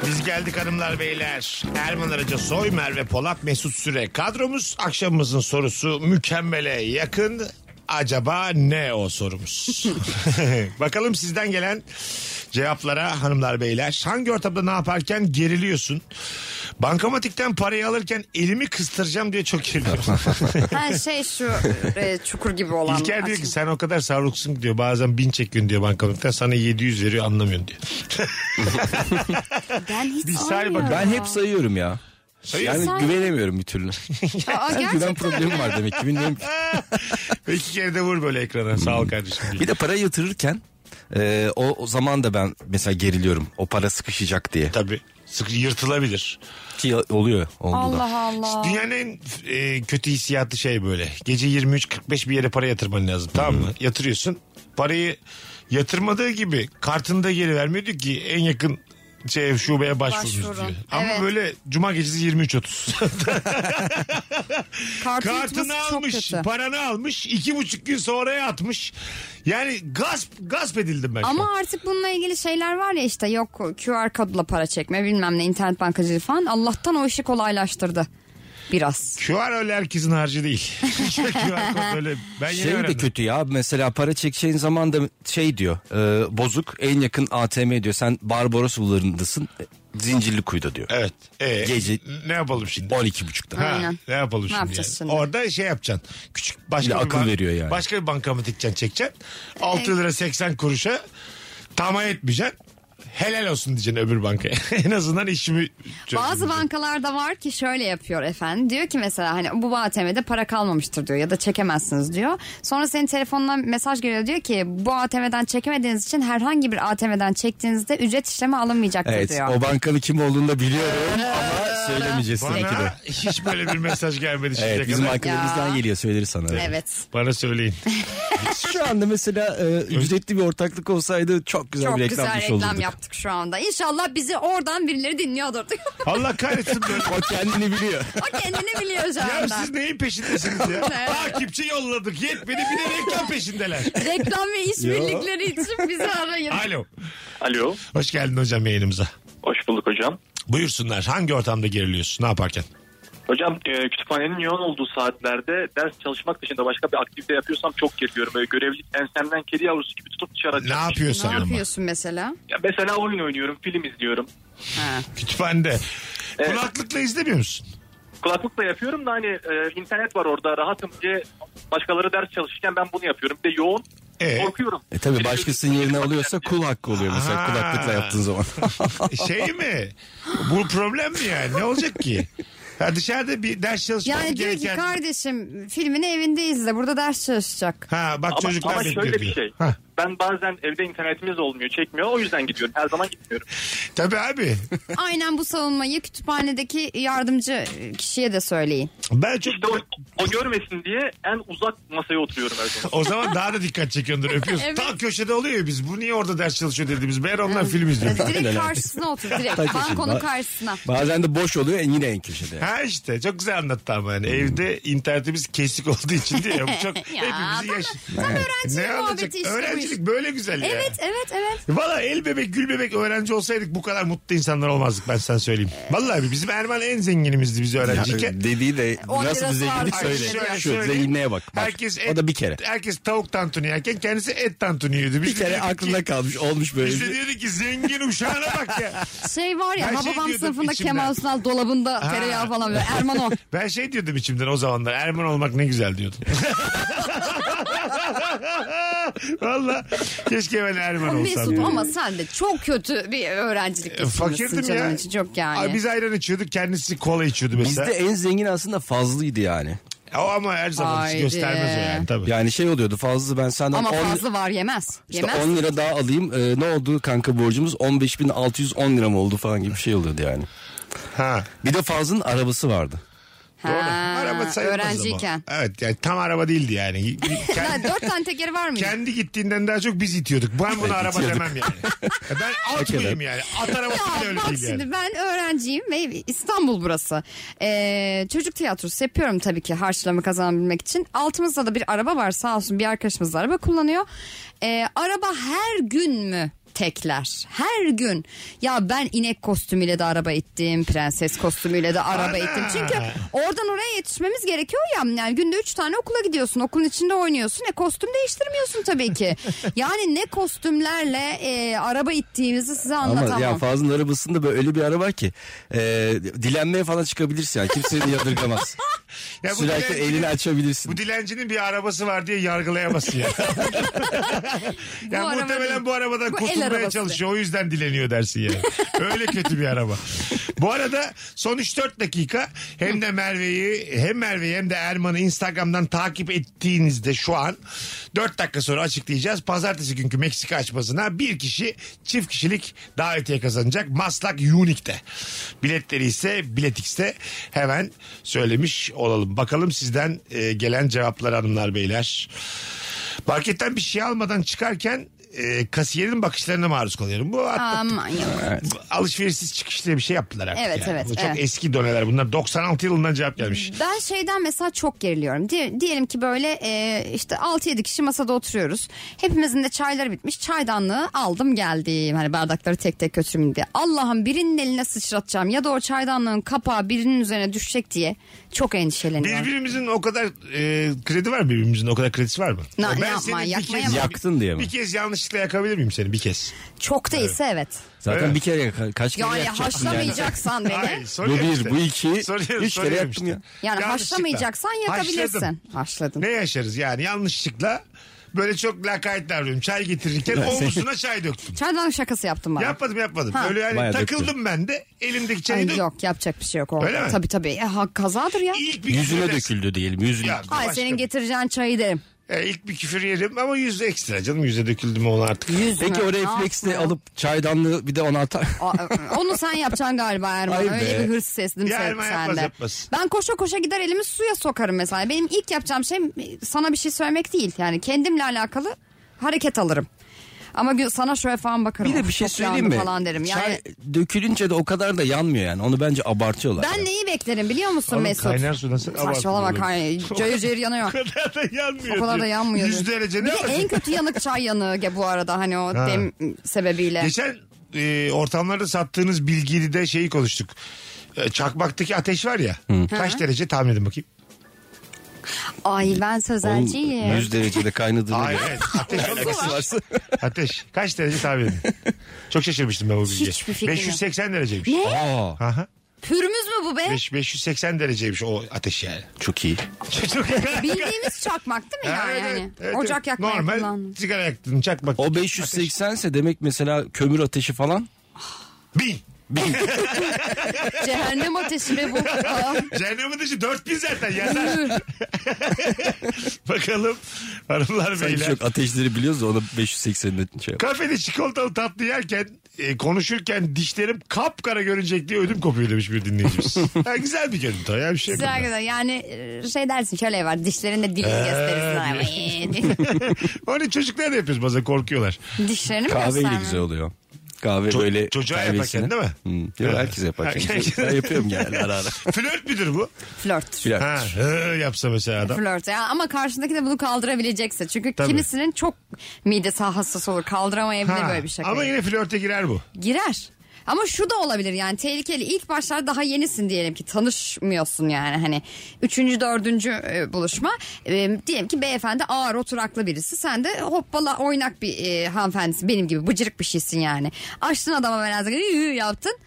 Biz geldik hanımlar beyler. Erman Araca Soy, Merve Polat, Mesut Süre kadromuz. Akşamımızın sorusu mükemmele yakın. Acaba ne o <laughs> sorumuz? <laughs> Bakalım sizden gelen cevaplara hanımlar beyler. Hangi ortamda ne yaparken geriliyorsun? Bankamatikten parayı alırken elimi kıstıracağım diye çok <laughs> geriliyorum. Ha şey şu e, çukur gibi olan. İlker diyor açık- ki sen o kadar savruksun diyor. Bazen bin çekiyorsun diyor bankamatikten. Sana 700 veriyor anlamıyorsun <laughs> diyor. Ben hiç Bir say saymıyorum. bakalım. Ben hep sayıyorum ya. Yani Sayın. güvenemiyorum bir türlü. Aa, Sen gerçekten güven problemi var demek ki bilmiyorum. ki. İki kere de vur böyle ekrana. Sağ ol kardeşim. diye. Bir de para yatırırken e, o, o zaman da ben mesela geriliyorum. O para sıkışacak diye. Tabii. Sık yırtılabilir. Ki oluyor. Oldu da. Allah Allah. Dünyanın en e, kötü hissiyatı şey böyle. Gece 23.45 bir yere para yatırman lazım. Tamam mı? Yatırıyorsun. Parayı yatırmadığı gibi kartını da geri vermiyor diyor ki en yakın şey, şubeye başvurunuz Başvurun. diyor. Ama Evet. böyle cuma <laughs> gecesi 23.30. Kartı Kartını yutması çok almış, kötü. paranı almış, iki buçuk gün sonraya atmış. Yani gasp, gasp edildim ben. şu an. Ama artık bununla ilgili şeyler var ya işte yok QR kodla para çekme bilmem ne internet bankacılığı falan. Allah'tan o işi kolaylaştırdı. Biraz. QR öyle herkesin harcı değil. <laughs> QR kod öyle. Ben yeni Şey de öğrendim. kötü ya mesela para çekeceğin zaman da şey diyor e, bozuk en yakın ATM diyor sen Barbaros bullarındasın zincirli kuyuda diyor. Evet. Ee, Gece- ne yapalım şimdi? 12.30'da. Ha, Aynen. Ne yapalım Ne şimdi? yapacağız yani? şimdi? Orada şey yapacaksın. Küçük başka Bir de akıl bank- veriyor yani. Başka bir bankamatikten çekeceksin. 6 lira 80 kuruşa tamam etmeyeceksin. Helal olsun diyeceksin öbür bankaya. <laughs> en azından işimi çözdüm Bazı diyeceksin. bankalarda var ki şöyle yapıyor efendim. Diyor ki mesela hani bu ATM'de para kalmamıştır diyor ya da çekemezsiniz diyor. Sonra senin telefonuna mesaj geliyor diyor ki bu ATM'den çekemediğiniz için herhangi bir ATM'den çektiğinizde ücret işlemi alınmayacaktır Evet diyor. o bankanın kim olduğunu da biliyorum ama söylemeyeceğiz Bana belki de. hiç böyle bir mesaj <laughs> gelmedi şimdiye Evet bizim kadar. arkalarımızdan Ya. geliyor söyleriz sana. Evet. Bana söyleyin. Şu anda mesela e, ücretli bir ortaklık olsaydı çok güzel Çok bir güzel reklammış reklam olurduk. yaptık şu anda. İnşallah bizi oradan birileri dinliyordur. <laughs> Allah kahretsin böyle. O kendini biliyor. o kendini biliyor şu Ya anda. siz neyin peşindesiniz ya? <laughs> Evet. Takipçi yolladık. Yetmedi bir de reklam peşindeler. Reklam ve <laughs> işbirlikleri için bizi arayın. Alo. Alo. Hoş geldin hocam yayınımıza. Hoş bulduk hocam. Buyursunlar. Hangi ortamda geriliyorsun? Ne yaparken? Hocam e, kütüphanenin yoğun olduğu saatlerde ders çalışmak dışında başka bir aktivite yapıyorsam çok geriliyorum. Böyle görevli ensemden kedi yavrusu gibi tutup dışarı Ne atıyorum. yapıyorsun Ne ama? yapıyorsun mesela? Ya mesela oyun oynuyorum, film izliyorum. Ha. Kütüphanede. Evet. Kulaklıkla izlemiyor <laughs> musun? Kulaklıkla yapıyorum da hani e, internet var orada rahatım diye başkaları ders çalışırken ben bunu yapıyorum. Bir de yoğun Ee? korkuyorum. E tabi Bir de- başkasının yerine alıyorsa kul hakkı oluyor mesela Aha. kulaklıkla <laughs> yaptığın zaman. Şey mi? Bu problem mi yani? Ne olacak ki? Ya dışarıda bir ders çalışması Yani diyor ki gereken... kardeşim filmini evinde izle burada ders çalışacak. Ha bak Ama, çocuklar ama bekliyor şöyle bir diyor. şey. Ha, Ben bazen evde internetimiz olmuyor, çekmiyor. O yüzden gidiyorum. Her zaman gitmiyorum. tabii abi. Aynen bu savunmayı kütüphanedeki yardımcı kişiye de <laughs> söyleyin. Ben çok... İşte o, o görmesin diye en uzak masaya oturuyorum her zaman. O zaman daha da dikkat çekiyordur <laughs> öpüyorsun. Evet. Tam köşede oluyor ya biz. Bu niye orada ders çalışıyor dediğimiz. Meğer onlar film izliyor. Direkt karşısına otur direkt Tabii ki. bankonun Ba- karşısına. Bazen de boş oluyor E, yine en köşede. <laughs> Ha işte çok güzel anlattı ama yani evde internetimiz kesik olduğu için diye bu <laughs> çok hepimizin tam- yaş. tam öğrencilik muhabbeti anlatacak? işte bu iş. Öğrencilik böyle güzel ya. Evet evet evet. Valla el bebek gül bebek öğrenci olsaydık bu kadar mutlu insanlar olmazdık ben sana söyleyeyim. Valla abi bizim Erman en zenginimizdi biz Ya, öğrenciyken. dediği de On nasıl bir lirası zenginlik var. Ay, söyle. şöyle Şu zenginliğe bak. bak. Herkes o da bir kere. Herkes tavuk tantuni yerken kendisi et tantuni yiyordu. Biz Bir de kere diyorduk ki- aklında kalmış olmuş böyle. Biz de bir- diyorduk ki zengin uşağına bak <laughs> ya. Şey var ya Ben şey babam diyordum sınıfında içimden. Kemal Sunal dolabında Ha. tereyağı falan böyle Erman o. Ben şey diyordum içimden o zamanlar Erman olmak ne güzel <laughs> diyordum. Valla keşke ben <laughs> Erman olsam. Mesut ya. ama sen de çok kötü bir öğrencilik E, geçirmişsin Fakirdim canım ya. için. Çok yani. Ay, biz ayran içiyorduk kendisi kola içiyordu mesela. Bizde en zengin aslında fazlıydı yani. O ama her zaman hiç Haydi. göstermez o yani tabii. Yani şey oluyordu fazla ben senden Ama 10 fazla var yemez. işte Yemez. 10 lira daha alayım. Ee, ne oldu kanka borcumuz? 15.610 lira mı oldu falan gibi bir şey oluyordu yani. Ha. Bir de Fazl'ın arabası vardı. Ha, Doğru. araba sayılmaz öğrenciyken. Ama. Evet yani tam araba <laughs> değildi yani. Ha, Kendi, dört tane tekeri var mıydı? kendi gittiğinden daha çok biz itiyorduk. Ben buna araba demem yani. <laughs> Ben at mıyım yani? At arabası bile Ya öyle bak değil şimdi yani. ben öğrenciyim ve İstanbul burası. Ee, çocuk tiyatrosu yapıyorum tabii ki harçlama kazanabilmek için. Altımızda da bir araba var sağ olsun bir arkadaşımız da araba kullanıyor. Ee, araba her gün mü? tekler. Her gün. Ya ben inek kostümüyle de araba ittim. Prenses kostümüyle de araba Ana! ittim. Çünkü oradan oraya yetişmemiz gerekiyor ya. Yani günde üç tane okula gidiyorsun. Okulun içinde oynuyorsun. E kostüm değiştirmiyorsun tabii <laughs> ki. Yani ne kostümlerle e, araba ittiğimizi size Ama anlatamam. ya Fazl'ın arabasında böyle öyle bir araba ki e, dilenmeye falan çıkabilirsin yani kimse de <laughs> yadırgamaz. Ya bu Sürekli dilencinin- elini açabilirsin. Bu dilencinin bir arabası var diye yargılayamazsın ya. <laughs> ya araba muhtemelen değil. bu arabadan Bu el kurtulmaya arabası. çalışıyor. O yüzden dileniyor <laughs> dersin yani. Öyle kötü bir araba. Bu arada son 3-4 dakika hem de Merve'yi hem Merve'yi hem de Erman'ı Instagram'dan takip ettiğinizde şu an 4 dakika sonra açıklayacağız. Pazartesi günkü Meksika açmasına bir kişi çift kişilik davetiye kazanacak. Maslak Unique'de. Biletleri ise Biletix'te hemen söylemiş olalım. Bakalım sizden e, gelen cevaplar hanımlar beyler. Marketten bir şey almadan çıkarken e, kasiyerin bakışlarına maruz kalıyorum. Bu hatta Aman yok. alışverişsiz çıkış diye bir şey yaptılar artık. Evet, yani. evet, Bu çok evet. Hmm. eski döneler bunlar. 96 yılından cevap gelmiş. Ben şeyden mesela çok geriliyorum. Di- diyelim ki böyle e, işte 6-7 kişi masada oturuyoruz. Hepimizin de çayları bitmiş. Çaydanlığı aldım geldim. Hani bardakları tek tek götürüm diye. Allah'ım birinin eline sıçratacağım ya da o çaydanlığın kapağı birinin üzerine düşecek diye çok endişeleniyorum. Birbirimizin o kadar e, kredi var mı? Birbirimizin o kadar kredisi var mı? Na- ben yapma, seni bir yakmaya kez, bak. Yaktın diye mi? bir kez yanlışlıkla yakabilir miyim seni? Bir kez. Çok değilse evet. Zaten Evet. bir kere yaka- kaç kere Yani yakacaksın yani. haşlamayacaksan beni. Hayır, Bu soruyorum bir, işte. bu <laughs> iki, Soruyorum, üç kere soruyorum yaktım işte. ya. Yani Yanlışlıkla. haşlamayacaksan Haşladım. yakabilirsin. Haşladım. Ne yaşarız yani yanlışlıkla böyle çok lakayt davranıyorum. Çay <laughs> getirirken omzuna çay döktüm. Çaydanlık şakası yaptım bana. Yapmadım yapmadım. Ha. Böyle yani Bayağı döktü. takıldım ben de elimdeki çayı Ay, dök- yok yapacak bir şey yok. orada. Öyle mi? Tabii tabii. E, ha, kazadır ya. İlk bir küfür Yüzüne edersin. döküldü diyelim yüzüne. Ya, Ay başka- senin getireceğin çayı derim. E, ilk bir küfür yedim ama yüzde ekstra canım. Yüzde döküldü mü onu artık. Yüz Peki mü? o Ne refleksle yapmıyor? alıp çaydanlığı bir de ona atar. Aa, e, Onu sen yapacaksın galiba Erman. Ay Öyle be. bir hırs sezdim Ya sen- Erman yapmaz, sende. yapmaz. Ben koşa koşa gider elimi suya sokarım mesela. Benim ilk yapacağım şey sana bir şey söylemek değil. Yani kendimle alakalı hareket alırım. Ama gö- sana şöyle falan bakarım. Bir de Of, bir şey çok söyleyeyim yandı mi? Falan derim. Yani Çay dökülünce de o kadar da yanmıyor yani. Onu bence abartıyorlar. ben neyi beklerim biliyor musun Oğlum, Mesut? kaynar su nasıl Saçmalama abartılıyor? <laughs> kaynar. Cayır cayır yanıyor. O kadar da yanmıyor. O kadar da diyor. yanmıyor. Yüz diyor. derece Bir ne de yapacak? en kötü yanık çay yanığı bu arada hani o Ha. dem sebebiyle. Geçen e, ortamlarda sattığınız bilgiyi de şeyi konuştuk. E, çakmaktaki ateş var ya. Kaç derece tahmin edin bakayım. Ay ben Onun sözelciyim. 100 derecede kaynadığına Hayır. göre. evet. <laughs> Ateş Alakası varsa. Ateş. Kaç derece tahmin edin. Çok şaşırmıştım ben bu bilgiye. Hiçbir fikrim yok. 580 dereceymiş. Ne? Aa, Aha. Pürmüz mü bu be? Beş- 580 dereceymiş o ateş yani. çok iyi. Çok Bildiğimiz çakmak değil mi yani? <laughs> Evet, Hani evet, evet, Ocak evet. yakmayı Normal kullandım. sigara yaktın çakmak. O 580 ise demek mesela kömür ateşi falan. Bin. Cehennem ateşi <laughs> be bu. Aa, Cehennemin dışı 4000 zaten yazar. <laughs> Bakalım hanımlar Sanki beyler. çok ateşleri biliyoruz da ona 580'de şey. Kafede çikolatalı tatlı yerken e, konuşurken dişlerim kapkara görünecek diye ödüm kopuyor demiş bir <laughs> dinleyicimiz. ha, güzel bir görüntü. Ya bir şey yok. Güzel güzel yani e, şey dersin şöyle var dişlerinde dilini Ee, <laughs> gösterirsin. <laughs> Onu çocuklar da yapıyoruz bazen korkuyorlar. Ay, Dişlerini mi Kahveyle göstermem? güzel oluyor. Kahve Ço- böyle çocuğa kahvesine. yaparken değil mi? Hmm. Yok, herkes yaparken. Herkes- ben yapıyorum genelde <laughs> ara ara. Flört müdür bu? Flört. Bir dakika. Ha, hı yapsa mesela adam. Flört ya ama karşındaki de bunu kaldırabilecekse. Çünkü Tabii. kimisinin çok midesi hassas olur kaldıramayabilir Ha, böyle bir şakayı. Ama yine flörte girer bu. girer. Ama şu da olabilir yani tehlikeli. İlk başlar daha yenisin diyelim ki tanışmıyorsun yani hani. Üçüncü, dördüncü e, buluşma. E, diyelim ki beyefendi ağır oturaklı birisi. Sen de hoppala oynak bir e, hanımefendisin. Benim gibi bıcırık bir şeysin yani. Açtın adama biraz gri- yü- yaptın.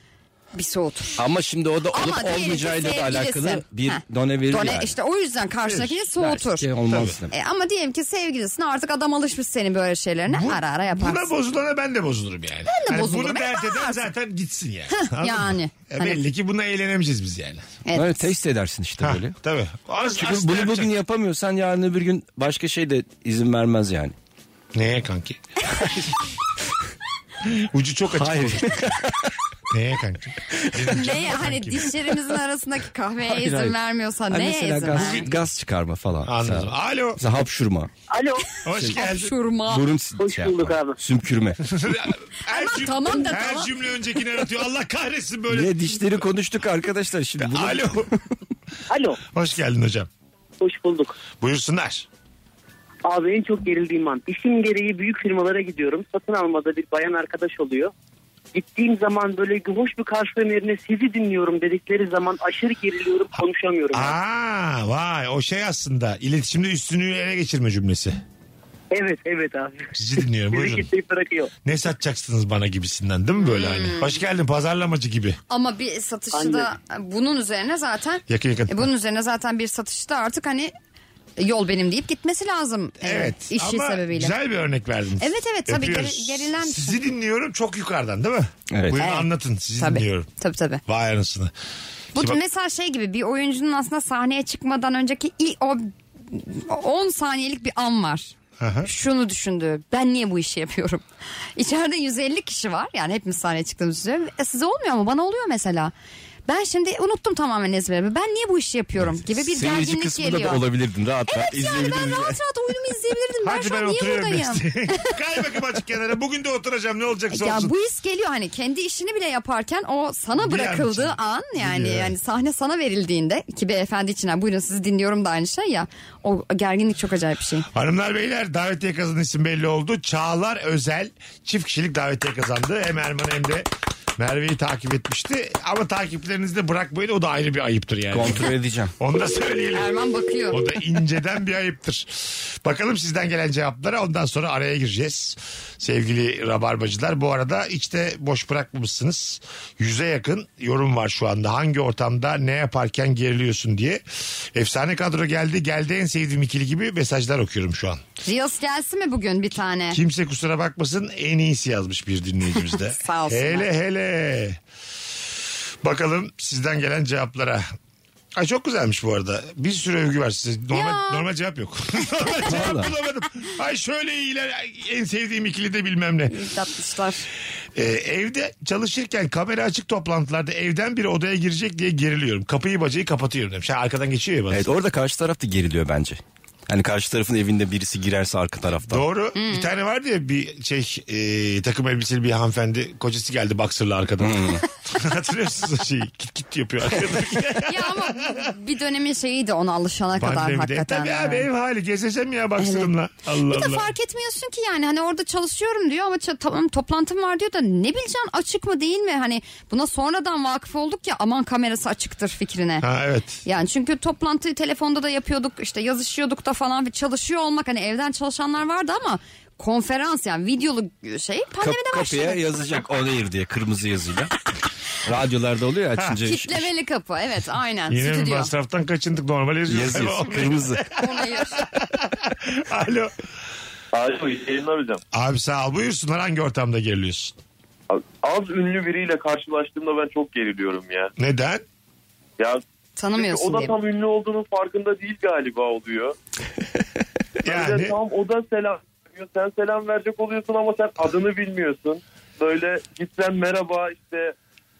bir soğutur. Ama şimdi o da olup Ama diyelim ki olmayacağıyla da alakalı sevgilisin. bir Ha. done verir Done yani. işte o yüzden karşıdakini soğutur. Şey olmaz. E, ama diyelim ki sevgilisin artık adam alışmış senin böyle şeylerine Bu- ara ara yaparsın. Buna bozulana ben de bozulurum yani. Ben de bozulurum. Bunu Ben dert eden bağırsın. zaten gitsin yani. Anladın yani. mı? E Hani- belli ki buna eğlenemeyeceğiz biz yani. Evet. Böyle test edersin işte Ha, böyle. tabii. Az, Çünkü az bunu yapacak. bugün yapamıyorsan yarın öbür gün başka şey de izin vermez yani. Neye <laughs> kanki? Ucu çok açık. Hayır. <laughs> Neye kanki? Benim canım Neye hani dişlerimizin arasındaki kahveye Hayır, izin hayır. vermiyorsa Hani neye mesela izin gaz, ver? gaz çıkarma falan. Anladım. Mesela, Alo. mesela hapşurma. Alo. Hoş geldin. Şurma. Burun si- Hoş şey bulduk yapma, abi. Sümkürme. Her Ama cüm- tamam da her tamam. cümle öncekini aratıyor. Allah kahretsin böyle. ne dişleri konuştuk arkadaşlar şimdi. Bunu... Alo. Alo. Hoş geldin hocam. Hoş bulduk. Buyursunlar. Abi en çok gerildiğim an. İşim gereği büyük firmalara gidiyorum. Satın almada bir bayan arkadaş oluyor. Gittiğim zaman böyle hoş bir karşılığın yerine sizi dinliyorum dedikleri zaman aşırı geriliyorum konuşamıyorum. Aa vay o şey aslında iletişimde üstünlüğü ele geçirme cümlesi. Evet evet abi. Sizi dinliyorum Bizi E, buyurun. kimseyi bırakıyor. Ne satacaksınız bana gibisinden değil mi böyle hani? Hmm. Hoş geldin pazarlamacı gibi. Ama bir satışçı Anne. da bunun üzerine zaten Yakın yakın. E, bunun üzerine zaten bir satışçı da artık hani yol benim deyip gitmesi lazım. e, Evet. işi ama sebebiyle. güzel bir örnek verdiniz. Evet, evet, tabii Öpüyoruz. geri- gerilen bir şey. Sizi dinliyorum çok yukarıdan değil mi? Evet. Buyurun Evet. anlatın sizi Tabii. dinliyorum. Tabii tabii. Vay anasını. Bu Şimdi bak- mesela şey gibi bir oyuncunun aslında sahneye çıkmadan önceki ilk o 10 saniyelik bir an var. Aha. Şunu düşündü. Ben niye bu işi yapıyorum? <laughs> İçeride 150 kişi var. Yani hepimiz sahneye çıktığımızı düşünüyorum. E, size olmuyor mu? Bana oluyor mesela. Ben şimdi unuttum tamamen ezberimi. Ben niye bu işi yapıyorum gibi bir Seyirci gerginlik kısmında geliyor. da olabilirdin. Rahat rahat evet yani ben izleyebilirdin. rahat rahat oyunumu izleyebilirdim. ben Hadi şu ben an niye oturuyorum <laughs> buradayım? işte. Kay bakayım açık kenara. Bugün de oturacağım ne olacaksa Ya olsun. bu his geliyor hani kendi işini bile yaparken o an sana bırakıldığı için. an yani Biliyorum. yani sahne sana verildiğinde ki beyefendi için ha, buyurun sizi dinliyorum da aynı şey ya o gerginlik çok acayip bir şey. Hanımlar beyler davetiye kazanan isim belli oldu. Çağlar Özel çift kişilik davetiye kazandı. Hem Erman hem de Merve'yi takip etmişti. Ama takiplerinizi de bırakmayın o da ayrı bir ayıptır yani. Kontrol edeceğim. Onu da söyleyelim. Erman bakıyor. O da inceden bir ayıptır. Bakalım sizden gelen cevaplara ondan sonra araya gireceğiz. Sevgili rabarbacılar bu arada içte boş bırakmamışsınız. Yüze yakın yorum var şu anda. Hangi ortamda ne yaparken geriliyorsun diye. Efsane kadro geldi. Geldi en sevdiğim ikili gibi mesajlar okuyorum şu an. Rios gelsin mi bugün bir tane? Kimse kusura bakmasın en iyisi yazmış bir dinleyicimiz de. <laughs> Sağ olsunlar. Hele hele. Bakalım sizden gelen cevaplara. Ay çok güzelmiş bu arada. Bir sürü övgü var size. Normal, Ya. normal cevap yok. <laughs> normal cevap Vallahi. bulamadım. Ay şöyle iyiler. ay En sevdiğim ikili de bilmem ne. Tatmışlar. Ee, evde çalışırken kamera açık toplantılarda evden biri odaya girecek diye geriliyorum. Kapıyı bacayı kapatıyorum demiş. Ha, arkadan geçiyor ya bana. Evet orada karşı taraf da geriliyor bence. Hani karşı tarafın evinde birisi girerse arka taraftan. Doğru. Hmm. Bir tane vardı ya bir şey e, takım elbiseli bir hanımefendi kocası geldi baksırla arkadan. Hmm. <laughs> Hatırlıyorsunuz o şeyi. Git git <laughs> yapıyor arkadan. <laughs> ya ama bir dönemin şeyiydi ona alışana kadar Pandemide. hakikaten. Tabii abi ev hali gezeceğim ya baksırımla. Allah Bir de Allah. fark etmiyorsun ki yani hani orada çalışıyorum diyor ama ça- tamam toplantım var diyor da ne bileceksin açık mı değil mi? Hani buna sonradan vakıf olduk ya aman kamerası açıktır fikrine. Ha evet. Yani çünkü toplantıyı telefonda da yapıyorduk işte yazışıyorduk da falan ve çalışıyor olmak hani evden çalışanlar vardı ama konferans yani videolu şey Kap- pandemide kapıya başladı. yazacak on air diye kırmızı yazıyla. Radyolarda oluyor ya açınca. Kitlemeli kapı evet aynen Yine <laughs> bir stüdyo. masraftan kaçındık normal yazıyoruz. Yazıyorsun kırmızı. Onayır. <laughs> Alo. Alo yayınlar hocam. Abi sağ ol. Buyursunlar hangi ortamda geriliyorsun? Az ünlü biriyle karşılaştığımda ben çok geriliyorum ya. Neden? Ya Tanımıyorsun o da diye. tam ünlü olduğunun farkında değil <laughs> galiba oluyor. Böyle Yani tam o da selam veriyor. Sen selam verecek oluyorsun ama sen adını bilmiyorsun. Böyle gitsen merhaba işte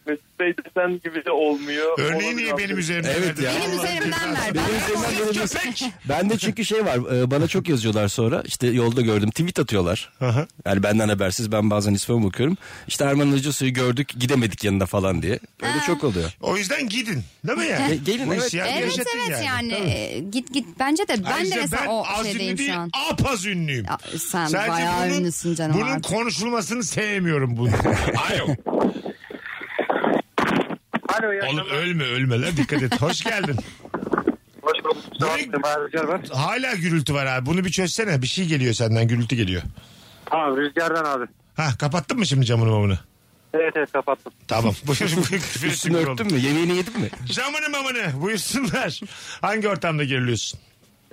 Mesut Bey desen gibi de olmuyor. örneği Ona niye biraz- benim üzerimden Evet verdin? ya. Benim Allah üzerimden cezanı. ver. Benim Ben- üzerimden verebilirsin. Köpek. Ben de çünkü şey var e, bana çok yazıyorlar sonra işte yolda gördüm tweet atıyorlar. Aha. Yani benden habersiz ben bazen ismime bakıyorum. İşte Erman Hocasu'yu gördük gidemedik yanında falan diye. Öyle çok oluyor. O yüzden gidin. Değil mi yani? Ge- gelin, Bu evet. isyanı Evet yaşatın evet yani, Tabii. e, git git bence de ben Ayrıca de mesela ben o az ünlü şeydeyim değil, şu an. Apaz ünlüyüm. Ya sen bayağı ünlüsün canım Bunun artık. konuşulmasını sevmiyorum bunu. Alo. Alo ya. Oğlum ölme ölme lan dikkat et. Hoş geldin. Hoş bulduk. Rüzgar var. Hala gürültü var abi. Bunu bir çözsene. Bir şey geliyor senden gürültü geliyor. Tamam rüzgardan abi. Ha kapattın mı şimdi camını mamını? Evet evet kapattım. <laughs> Tamam. Buyur, buyur. Üstünü örttün mü? Yemeğini yedin mi? Camını mamını buyursunlar. Hangi ortamda geriliyorsun?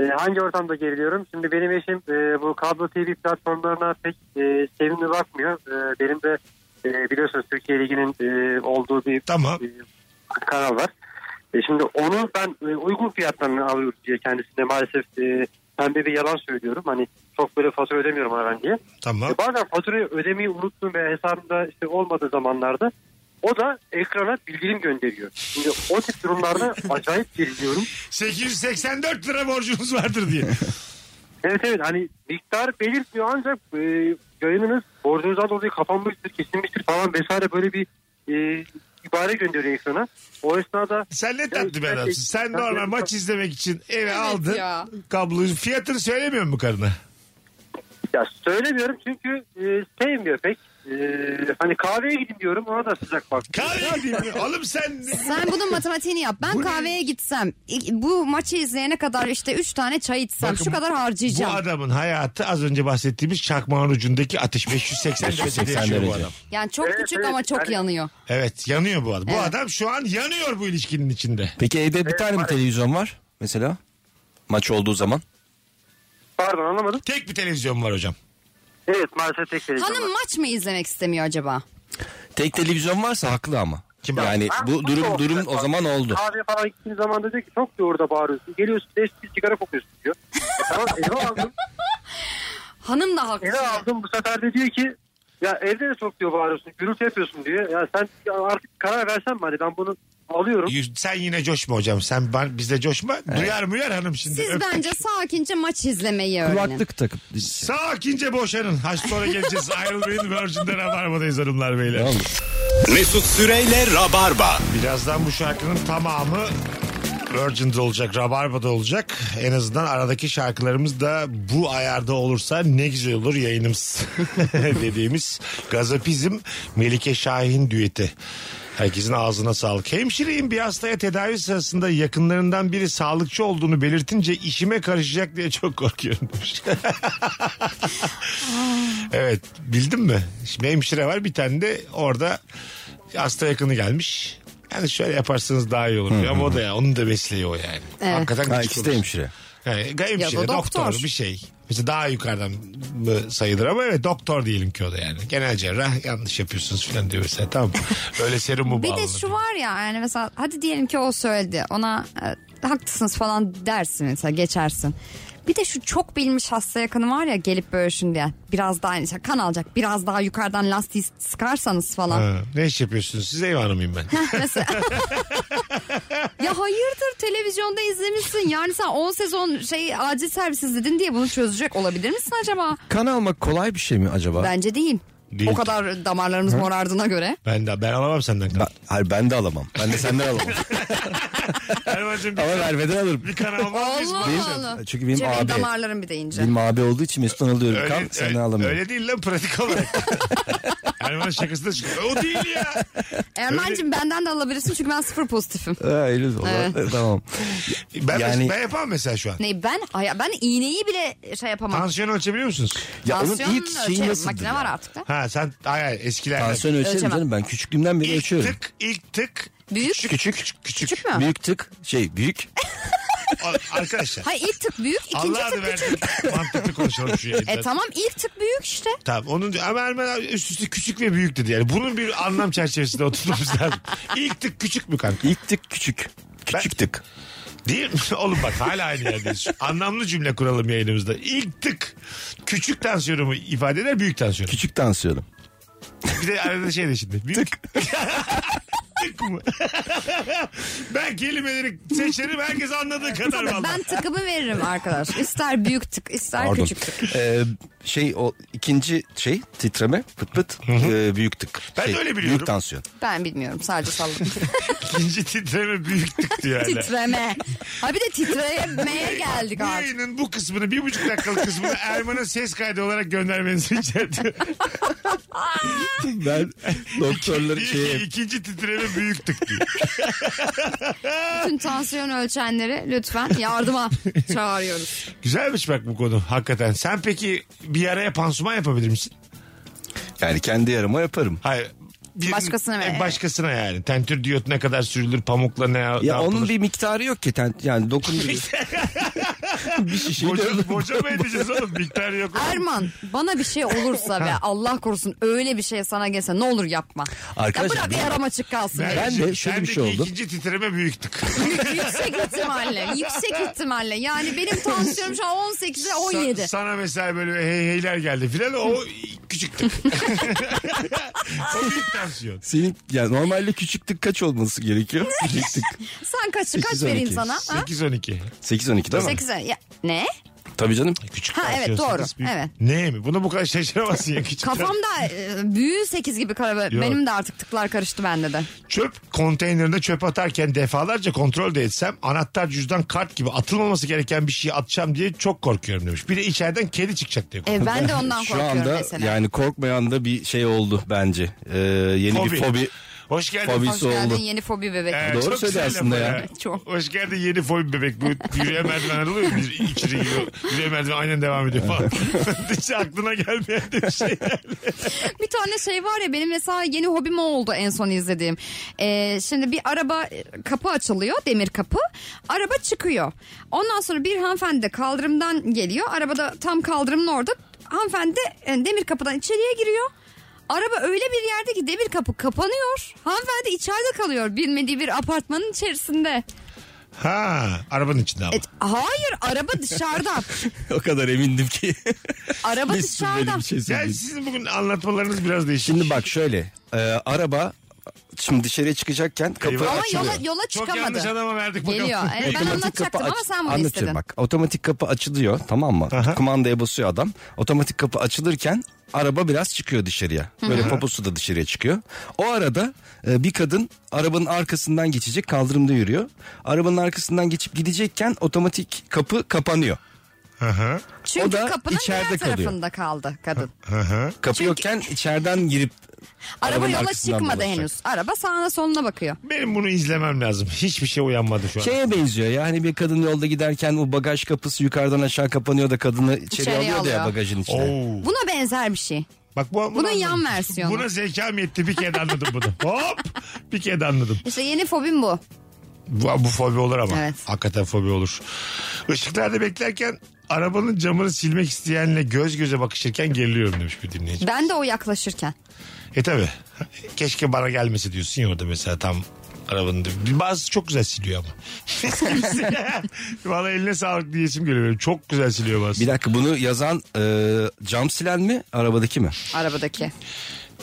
Ee, hangi ortamda geriliyorum? Şimdi benim eşim e, bu kablo TV platformlarına pek e, sevimli bakmıyor. E, benim de e, biliyorsunuz Türkiye Ligi'nin e, olduğu bir Tamam. e, kanal var. E, şimdi onu ben e, uygun fiyatlarını alıyorum diye kendisine maalesef e, pembe bir yalan söylüyorum. Hani çok böyle fatura ödemiyorum ona ben diye. Tamam. E, bazen faturayı ödemeyi unuttum ve hesabımda işte olmadığı zamanlarda o da ekrana bildirim gönderiyor. Şimdi o tip durumlarda acayip geriliyorum. 884 lira borcunuz vardır diye. Evet evet hani miktar belirtmiyor ancak e, yayınınız borcunuzdan dolayı kapanmıştır, kesilmiştir falan vesaire böyle bir e, ibare gönderiyor ekrana. O esnada Sen ne tatlı bir adamsın. Sen normal maç izlemek için eve aldın. ya. Kabloyu fiyatını söylemiyor mu karına? ya söylemiyorum çünkü e, sevmiyor pek. E, hani kahveye gidin diyorum ona da sıcak bak. Kahveye gideyim mi? <laughs> Oğlum sen Sen bunun matematiğini yap. Ben kahveye gitsem, i- bu maçı izleyene kadar işte 3 tane çay içsem Bakın, şu kadar bu harcayacağım. adamın hayatı az önce bahsettiğimiz çakmağın ucundaki ateş 580 derecede 580 yaşıyor bu derece. adam. Yani çok Evet, küçük evet, ama çok yani- yanıyor. Evet yanıyor bu adam. Bu Evet. adam şu an yanıyor bu ilişkinin içinde. Peki evde bir tane mi televizyon var mesela? Maç olduğu zaman. Pardon anlamadım. Tek bir televizyon var hocam. Evet maalesef tek televizyon var. Hanım maç mı izlemek istemiyor acaba? Tek televizyon varsa haklı ama. Kim yani Ha, bu durum da durum oldu. o zaman oldu. Kahveye falan gittiğin zaman dedi ki çok diyor orada bağırıyorsun. Geliyorsun beş bir sigara kokuyorsun diyor. E, tamam eve aldım. Hanım da haklı. Eve aldım bu sefer de diyor ki ya evde de çok diyor bağırıyorsun. Gürültü yapıyorsun diyor. Ya sen artık karar versen mi? Hani ben bunu alıyorum. Y- Sen yine coşma hocam. Sen ben, bizde coşma. Duyar muyar hanım şimdi. Siz Öp- bence sakince maç izlemeyi öğrenin. Kulaklık takıp. Sakince boşanın. Az <laughs> sonra geleceğiz. Ayrılmayın. Virgin'de Rabarba'dayız hanımlar beyler. Mesut Süreyle Rabarba. Birazdan bu şarkının tamamı Virgin'de olacak, Rabarba'da olacak. En azından aradaki şarkılarımız da bu ayarda olursa ne güzel olur yayınımız <laughs> dediğimiz Gazapizm Melike Şahin düeti. Herkesin ağzına sağlık. Hemşireyim bir hastaya tedavi sırasında yakınlarından biri sağlıkçı olduğunu belirtince işime karışacak diye çok korkuyorum demiş. <laughs> evet bildin mi? Şimdi hemşire var bir tane de orada hasta yakını gelmiş. Yani şöyle yaparsanız daha iyi olur diyor ama o da ya onun da besliyor o yani. Evet. Hakikaten Ha, küçük ikisi de olur. hemşire. Yani ga- hemşire, da doktor. doktor. bir şey. Mesela daha yukarıdan mı sayılır ama evet doktor diyelim ki o da yani. Genel cerrah yanlış yapıyorsunuz falan diyor <laughs> mesela tamam. Öyle serum mu Bir bağlanır? de şu var ya yani mesela hadi diyelim ki o söyledi ona e, haklısınız falan dersin mesela geçersin. Bir de şu çok bilmiş hasta yakını var ya gelip böyle şunu diye biraz daha işte kan alacak biraz daha yukarıdan lastiği sıkarsanız falan. <laughs> Ha, ne iş yapıyorsunuz siz ev hanımıyım ben. Ya hayırdır televizyonda izlemişsin yani sen 10 sezon şey acil servis izledin diye bunu çözecek olabilir misin acaba? Kan almak kolay bir şey mi acaba? Bence değil. Değil. O kadar damarlarımız morardığına göre. Ben de ben alamam senden. Ben, kan. hayır ben de alamam. Ben de senden <laughs> alamam. Erman'cığım bir, Ama vermeden alırım. bir kan almaz mıyız? Allah Benim- Allah. çünkü benim Cem'in abi- damarlarım bir de ince. Benim abi olduğu için Mesut'tan alıyorum Öyle, kan. Senden öyle- alamıyorum. öyle değil lan pratik olarak. <laughs> Erman'ın şakası da çıkıyor. O değil ya. Erman'cığım benden de alabilirsin çünkü ben sıfır pozitifim. Ha, öyle o zaman. E, tamam. Ben, Yani- ben yapamam mesela şu an. Ne ben ay- ben iğneyi bile şey yapamam. Tansiyon ölçebiliyor musunuz? Ya onun Tansiyon ilk şeyi ölçerim, nasıldı? makine var artık da. Ha sen hayır hayır, eskilerden. Tansiyon ölçerim Ölçemem. canım ben küçüklüğümden beri İlk ölçüyorum. tık, ilk tık. Büyük. Küçük. Küçük. küçük. Küçük mü? Büyük tık şey büyük. A- Arkadaşlar. Hayır ilk tık <laughs> büyük, ikinci Allah adı tık verdi. küçük. Mantıklı konuşalım şu yayında. E tamam ilk tık büyük işte. Tamam. Onun, ama Ermen abi üst üste küçük ve büyük dedi. Yani bunun bir anlam çerçevesinde oturmamız <laughs> lazım. İlk tık küçük mü kanka? İlk tık küçük. Küçük tık. Değil mi? <laughs> Oğlum bak hala aynı yerdeyiz. Anlamlı cümle kuralım yayınımızda. İlk tık küçük tansiyonumu ifade eder büyük tansiyonu. Küçük tansiyonum. Bir de arada şey de şimdi. Büyük. tık mı? ben kelimeleri seçerim herkes anladığı kadar Tabii valla. ben tıkımı veririm arkadaş. İster büyük tık, ister Pardon. küçük tık. Ee, şey o ikinci şey titreme pıt pıt ee, büyük tık. Ben Şey, de öyle biliyorum. Büyük tansiyon. Ben bilmiyorum sadece salladım. İkinci titreme büyük tık diyor hala. Titreme. Ha bir de <laughs> titremeye geldik Bu artık. yayının bu kısmını bir buçuk dakikalık kısmını Erman'a ses kaydı olarak göndermenizi rica ediyorum. <laughs> ben <laughs> doktorları şey Diyor ki, İkinci titreme büyük tık diyor. Bütün tansiyon ölçenleri lütfen yardıma çağırıyoruz. Güzelmiş bak bu konu hakikaten. Sen peki bir araya pansuman yapabilir misin? yani kendi yarama yaparım. Hayır. birinin- Başkasına ver, e, evet. başkasına yani. Tentür diyot ne kadar sürülür pamukla ne, ya ne Ya onun yapılır? bir miktarı yok ki ten- <laughs> yani dokun bir, bir şişeyi de- Boca, boca mı edeceğiz oğlum? Miktar yok. <laughs> Erman bana bir şey olursa ve Allah korusun öyle bir şey sana gelse ne olur yapma. Arkadaşlar, ya bırak ben- yaram açık kalsın. Ben- de şöyle bir şey Bendeki oldu. ikinci titreme büyüktük. yüksek ihtimalle. Yüksek ihtimalle. Yani <laughs> benim tansiyonum şu an 18'e 17. Sa- sana mesela böyle hey heyler geldi filan o küçüktü. <laughs> o büyük tansiyon. Senin ya normalde küçüklük kaç olması gerekiyor? Küçüklük. Sen kaçı kaç 8-12. vereyim sana? Ha? 8-12. 8 12 değil mi? 8'e. Ya, ne? Tabii canım. Küçük Ha, evet, tansiyon, doğru. sekiz büyük. Evet. Ne mi? Buna bu kadar şaşıramazsın ya küçük. tan- Kafamda e, büyüğü 8 gibi karar. Yok. Benim de artık tıklar karıştı bende de. Çöp konteynerinde çöp atarken defalarca kontrol de etsem anahtar cüzdan kart gibi atılmaması gereken bir şeyi atacağım diye çok korkuyorum demiş. Bir de içeriden kedi çıkacak diye korkuyorum. E, ben de ondan Şu korkuyorum anda mesela. yani korkmayan da bir şey oldu bence. Ee, yeni bir fobi. <laughs> Hoş geldin. Fobi. Hoş geldin oldu. yeni fobi bebek. Ee, Doğru çok güzel söylüyor laf aslında o ya. <laughs> Çok. Hoş geldin yeni fobi <laughs> bebek. Bu yürüye merdiven oluyor mu? Bir içeri giriyor. Yürüye merdiven aynen devam ediyor falan. <laughs> Hiç aklına gelmeyen de bir şey. Bir tane şey var ya benim mesela yeni hobim o oldu en son izlediğim. Ee, şimdi bir araba e, kapı açılıyor demir kapı. Araba çıkıyor. Ondan sonra bir hanımefendi de kaldırımdan geliyor. Arabada tam kaldırımın orada. Hanımefendi de, e, demir kapıdan içeriye giriyor. Araba öyle bir yerde ki demir kapı kapanıyor. Hanımefendi içeride kalıyor bilmediği bir apartmanın içerisinde. Ha, arabanın içinde ama. E, hayır araba <laughs> dışarıda. o kadar emindim ki. Araba Mesut'un böyle dışarıda. <laughs> bir şey yani söyleyeceğim. sizin bugün anlatmalarınız biraz değişik. Şimdi bak şöyle. e, araba şimdi dışarıya çıkacakken kapı Eyvah. Ama açılıyor. yola, yola Çok çıkamadı. yanlış adama verdik bakalım. Geliyor. Evet, ben Otomatik anlatacaktım kapı ama aç- sen bunu anlatıyorum istedin. bak. Otomatik kapı açılıyor tamam mı? Kumandaya basıyor adam. Otomatik kapı açılırken araba biraz çıkıyor dışarıya. Böyle poposu da dışarıya çıkıyor. O arada e, bir kadın arabanın arkasından geçecek kaldırımda yürüyor. Arabanın arkasından geçip gidecekken otomatik kapı kapanıyor. Hı hı, Çünkü O da kapının içeride diğer kalıyor. tarafında kaldı kadın. hı hı. Kapı yokken içeriden girip Araba Arabanın yola arkasından çıkmadı dolaşacak. henüz. Araba sağına soluna bakıyor. Benim bunu izlemem lazım. Hiçbir şey uyanmadı şu an. şeye benziyor ya hani bir kadın yolda giderken o bagaj kapısı yukarıdan aşağı kapanıyor da kadını içeri İçeriye alıyor, da ya alıyor. bagajın içine. Oo. Buna benzer bir şey. Bak bu, bunu Bunun anladım. yan versiyonu. Buna zekam yetti bir kere de anladım bunu. Hop bir kere de anladım. İşte yeni fobim bu. Bu, bu fobi olur ama. Evet. Hakikaten fobi olur. Işıklarda beklerken arabanın camını silmek isteyenle göz göze bakışırken geriliyorum demiş bir dinleyici. Ben de o yaklaşırken. E tabi. Keşke bana gelmesi diyorsun ya orada mesela tam arabanın. Bazısı çok güzel <laughs> siliyor ama. Valla eline sağlık diyesim geliyor. benim. Çok güzel siliyor bazısı. Bir dakika bunu yazan e, cam silen mi arabadaki mi? Arabadaki.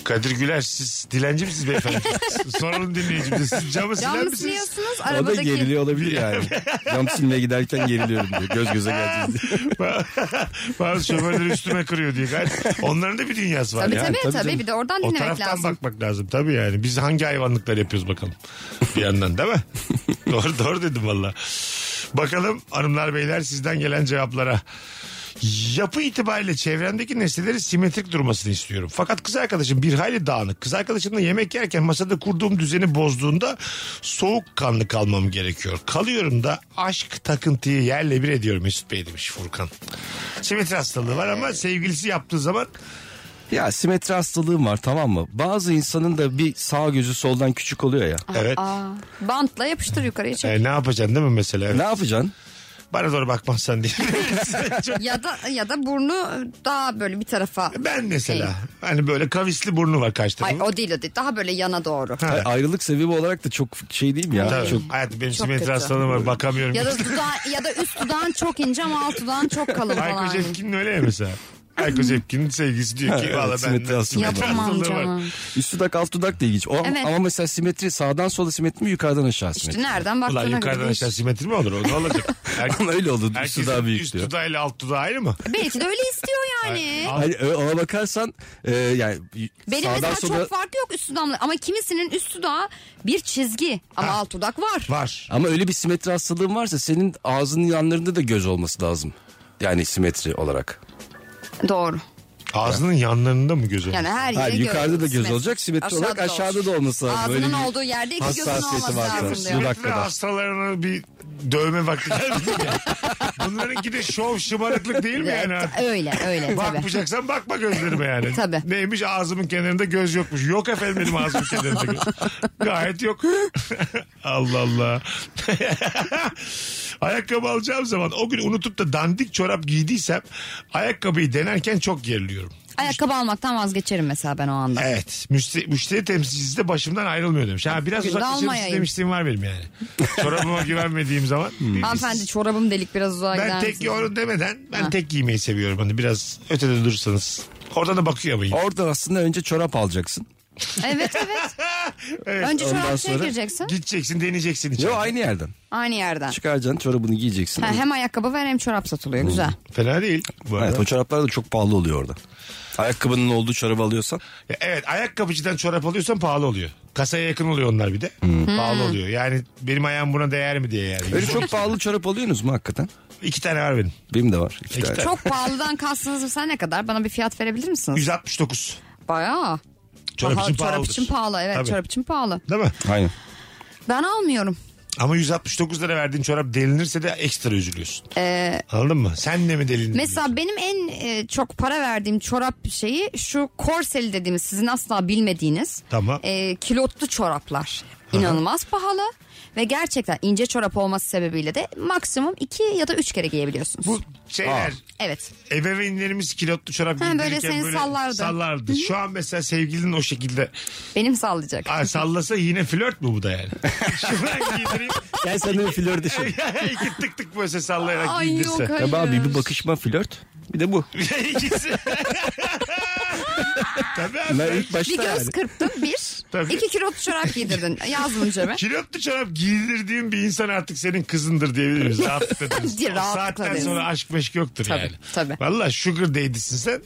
Kadir Güler siz dilenci misiniz <laughs> beyefendi? Soralım dinleyicimize. Siz camı siler Cam mı misiniz? siliyorsunuz O da arabadaki? geriliyor <laughs> olabilir yani. Cam silmeye giderken geriliyorum diyor. Göz göze geleceğiz diye. <laughs> Bazı şoförler üstüme kırıyor diye. Onların da bir dünyası var Tabii ya. tabii, tabii tabii canım. bir de oradan O dinlemek taraftan lazım. bakmak lazım tabii yani. Biz hangi hayvanlıklar yapıyoruz bakalım. Bir yandan değil mi? doğru doğru dedim valla. Bakalım hanımlar beyler sizden gelen cevaplara. Yapı itibariyle çevremdeki nesneleri simetrik durmasını istiyorum. Fakat kız arkadaşım bir hayli dağınık. Kız arkadaşımla yemek yerken masada kurduğum düzeni bozduğunda soğukkanlı kalmam gerekiyor. Kalıyorum da aşk takıntıyı yerle bir ediyorum Mesut Bey demiş Furkan. Simetri hastalığı var ama sevgilisi yaptığı zaman Ya simetri hastalığım var tamam mı? Bazı insanın da bir sağ gözü soldan küçük oluyor ya. evet. Aa, bantla yapıştır yukarıya çek. E, ne yapacaksın değil mi mesela? Ne yapacaksın? Bana doğru <laughs> bakmazsan diye. Çok- Ya da ya da burnu daha böyle bir tarafa. E, ben mesela hani böyle kavisli burnu var karşı Şey. Ay, tarafın. o değil o değil. Daha böyle yana doğru. Ay- Ayrılık sebebi olarak da çok şey değil mi ya? Tabii. Çok Hayatım benim Çok simetri kötü. hastalığım var bakamıyorum. Ya da dudağı, ya da üst dudağın çok ince ama alt dudağın çok kalın Hayko falan. Cepkin'in öyle ya mesela. Hayko Cepkin'in sevgisi diyor ki Evet, valla simetri ben hastalığı simetri var." Yapamam hastalığı var. canım. üst dudak alt dudak da ilginç. O, Evet. Ama mesela simetri sağdan sola simetri mi yukarıdan aşağı İşte simetri? nereden Ulan baktığına göre. yukarıdan aşağı değişir. simetri mi olur? O ne olacak? Her, <laughs> Ama öyle oldu. Üst herkesin dudağı büyük üst diyor. dudağıyla alt dudağı ayrı mı? Belki de öyle <laughs> istiyor yani. Ay, Hayır, ö- ona bakarsan e, yani Benim sağdan mesela sola çok farkı yok üst dudağımla ama kimisinin üst dudağı bir çizgi ama alt dudak var. Var. Ama öyle bir simetri hastalığın varsa senin ağzının yanlarında da göz olması lazım. Yani simetri olarak. Doğru. Ağzının yanlarında mı gözü? Yani her yere Hayır, yukarıda da göz simetri. olacak, simetri olarak aşağıda olsun. da olması lazım. Ağzının Böyle bir olduğu yerde iki gözün hassasiyeti olması var. lazım Simetri diyor. Bir Ve dakikada. hastalarına bir <laughs> dövme vakti geldi ya. Bunlarınki de şov şımarıklık değil mi yani? şey- Evet, öyle <laughs> öyle tabii. Bakmayacaksan bakma gözlerime <laughs> yani. Tabii. Neymiş ağzımın kenarında göz yokmuş. Yok efendim benim ağzımın kenarında göz. Gayet yok. <laughs> Allah Allah. <laughs> Ayakkabı alacağım zaman o gün unutup da dandik çorap giydiysem ayakkabıyı denerken çok geriliyorum. Ayakkabı almaktan vazgeçerim mesela ben o anda. Evet. Müşteri, müşteri temsilcisi de başımdan ayrılmıyor demiş. Ha, biraz Günde uzaklaşırız almayayım. demiştim var benim yani. Çorabıma güvenmediğim zaman. Hmm. Hanımefendi çorabım delik biraz uzağa gider Ben tek misiniz? yorum demeden ben Ha. tek giymeyi seviyorum. Hani biraz ötede durursanız. Oradan da bakıyor ama yine. Orada aslında önce çorap alacaksın. Evet evet. <laughs> Evet. Önce Ondan çorapçıya sonra- gireceksin. Gideceksin deneyeceksin içeri. Yo aynı yerden. Aynı yerden. Çıkaracaksın çorabını giyeceksin. Ha, hem ayakkabı var hem çorap satılıyor. Güzel. Fena değil. Bu arada. Evet o çoraplar da çok pahalı oluyor orada. Ayakkabının olduğu çorabı alıyorsan. Ya evet ayakkabıcıdan çorap alıyorsan pahalı oluyor. Kasaya yakın oluyor onlar bir de. Pahalı oluyor. Yani benim ayağım buna değer mi diye yani. Hmm. Öyle çok pahalı çorap alıyorsunuz mu hakikaten? İki tane var benim. Benim de var. iki İki tane. tane. Çok pahalıdan kastınız mesela ne kadar? Bana bir fiyat verebilir misiniz? 169. Bayağı. Çorap Pahalı- için çorap pahalıdır. için pahalı. Evet Tabii. çorap için pahalı. Değil mi? Aynen. Ben almıyorum. Ama 169 lira verdiğin çorap delinirse de ekstra üzülüyorsun. Ee, Anladın mı? Sen de mi delindin? mesela benim en e, çok para verdiğim çorap şeyi şu korseli dediğimiz sizin asla bilmediğiniz Tamam. e, kilotlu çoraplar. İnanılmaz pahalı ve gerçekten ince çorap olması sebebiyle de maksimum iki ya da üç kere giyebiliyorsunuz. Bu şeyler Evet. ebeveynlerimiz kilotlu çorap Ha, böyle giydirirken böyle, seni sallardı. sallardı. Şu an mesela sevgilin o şekilde Benim sallayacak. Ay, sallasa yine flört mü bu da yani? <laughs> Şuradan giydireyim. Gel sen de flört düşün. <laughs> İki tık tık böyle sallayarak Ay, giydirse. yok, hayır. Tabii abi bir bakışma flört. Bir de bu. <laughs> <laughs> İkisi. Tabii abi. Bunlar ilk başta Bir göz yani. kırptın bir. <laughs> Tabii. iki kilotlu çorap giydirdin. Yaz bunu <laughs> cebe. Kilotlu çorap giydirdiğim bir insan artık senin kızındır diyebiliriz. <laughs> Rahatlıkla deriz. Di- O rahatlıkla saatten deriz. sonra aşk meşk yoktur Tabii, yani. tabii. Valla sugar <laughs> değdisin sen.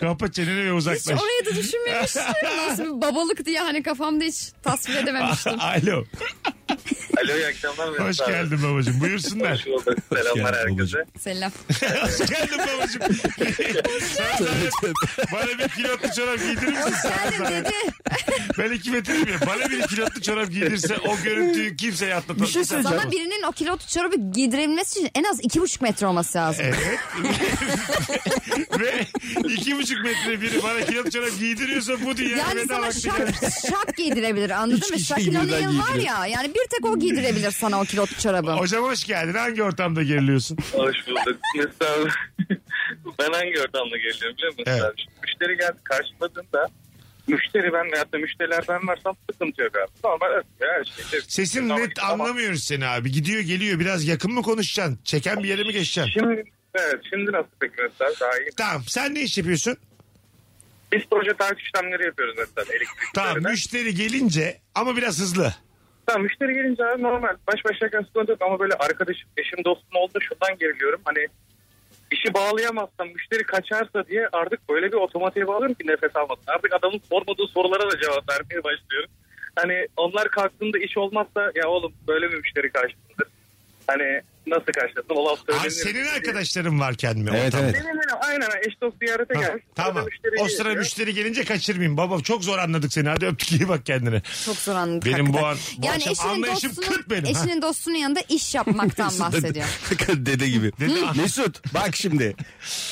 Kapa çeneni ve Hiç uzaklaş. <laughs> orayı da düşünmemiştim. Nasıl bir babalık diye hani kafamda hiç tasvir <laughs> edememiştim. Alo. Alo iyi akşamlar. Hoş geldin babacığım. Buyursunlar. bulduk. Selamlar Selamlar herkese. <laughs> herkese. Selam. Hoş geldin <laughs> babacığım. Sen zahmet- bana bir kilotlu çorap giydirir misin? Hoş Sen geldin zahmet. dedi. Ben iki metreyim ya. Bana bir kilotlu çorap giydirse o görüntüyü kimseye atlatamaz. şey Sana birinin o kilotlu çorabı giydirebilmesi için en az iki buçuk metre olması lazım. Evet. Ve iki buçuk metre biri bana kilot çorap giydiriyorsa bu dünya Yani veda sana vakti şak, gelmiş. şak <laughs> giydirebilir anladın mı? kişi Şakir'in birden yıl var ya yani bir tek o giydirebilir sana o kilotlu çorabı. Hocam hoş geldin. Hangi ortamda geriliyorsun? Hoş bulduk. Mesela <laughs> ben hangi ortamda geliyorum biliyor musun? Evet. abi? Şimdi Müşteri geldi karşıladığında müşteri ben veyahut da müşteriler ben varsam sıkıntı yok abi. Normal öpüyor her şey. Tepki. Sesin Tamam, net tamam. anlamıyoruz seni abi. Gidiyor geliyor. Biraz yakın mı konuşacaksın? Çeken bir yere mi geçeceksin? Şimdi evet şimdi nasıl peki mesela daha iyi. mi? Tamam. Sen ne iş yapıyorsun? Biz proje takip işlemleri yapıyoruz mesela elektriklerden. Tamam. Müşteri gelince ama biraz hızlı. Tamam müşteri gelince abi normal baş başa sıkıntı yok ama böyle arkadaşım, eşim, dostum oldu şundan geriliyorum. Hani işi bağlayamazsam müşteri kaçarsa diye artık böyle bir otomatiğe bağlıyorum ki nefes almasın. Artık adamın sormadığı sorulara da cevap vermeye başlıyorum. Hani onlar kalktığında iş olmazsa ya oğlum böyle mi müşteri karşısındır? Hani nasıl karşılasın? O laf Abi söylenir. senin arkadaşların varken mi? Evet ortamda? evet. Benim benim aynen eş dost ziyarete Ha, gelmiş. tamam. Müşteri O sıra geliyor. müşteri gelince kaçırmayayım. Babam çok zor anladık seni. Hadi öptük iyi bak kendine. Çok zor anladık Benim hakikaten. bu an- bu yani akşam eşinin, anlayışım dostunun, kırk benim, ha. eşinin dostunun yanında iş <laughs> yapmaktan bahsediyor. <laughs> Dede gibi. Mesut bak şimdi.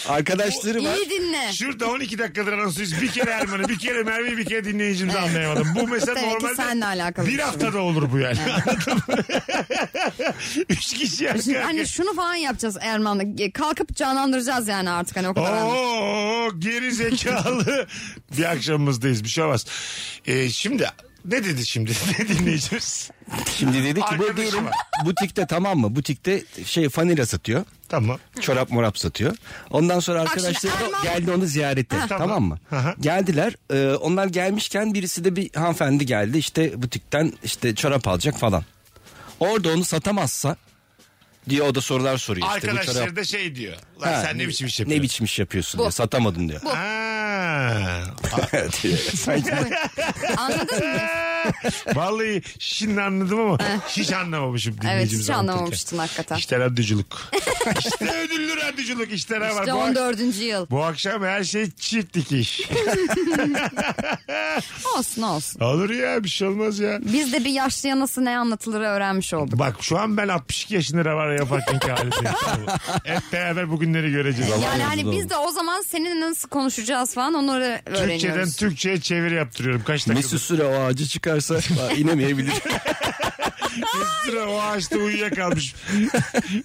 Arkadaşları var. İyi dinle. Şurada 12 dakikadır anonsuyuz. Bir kere Erman'ı, bir kere Merve'yi, bir kere dinleyicimizi anlayamadım. Bu mesela Demek ki normalde seninle alakalı bir bir şey haftada olur bu yani. Anladın mı? <laughs> Üç kişi arka Şimdi arka. hani şunu falan yapacağız Erman'la. Kalkıp canlandıracağız yani artık hani o kadar. Oo, geri zekalı bir akşamımızdayız. Bir şey olmaz. Ee, şimdi ne dedi şimdi <laughs> ne dinleyicimiz? Şimdi dedi ki bu Arkadaşım diyelim var. butikte tamam mı? Butikte şey fanila satıyor. Tamam. Çorap morap satıyor. Ondan sonra şimdi arkadaşları Erman- geldi onu ziyarete. Tamam, mı? Aha. Geldiler. Ee, onlar gelmişken birisi de bir hanımefendi geldi. İşte butikten işte çorap alacak falan. Orada onu satamazsa diye o da sorular soruyor. İşte bu çorap- Arkadaşları da şey diyor. Lan Ha, sen ne biçim iş Ne yapıyorsun? biçim iş yapıyorsun <laughs> diyor. Satamadın diyor. Ha. Sanki- Anladın mı? Vallahi şimdi anladım ama hiç anlamamışım Eh. Evet dinleyicimizi hiç anlatırken. anlamamıştın hakikaten. <laughs> İşte radyoculuk. işte ödüllü radyoculuk işte ne var. İşte Bu ak- 14. yıl. Bu akşam her şey çift dikiş. Olsun olsun. Olur ya bir şey olmaz ya. Biz de bir yaşlıya nasıl ne anlatılır öğrenmiş olduk. Bak şu an ben 62 yaşında ravar yaparken <laughs> ki halindeyim. Hep beraber bugünleri göreceğiz. Yani hani oldu. biz de o zaman seninle nasıl konuşacağız falan onu öğre- öğreniyoruz. Türkçeden Türkçe'ye çeviri yaptırıyorum. Kaç dakika? Mesut Süre o ağacı çıkarsa aa, inemeyebilir. Mesut Süre o <laughs> ağaçta uyuyakalmış.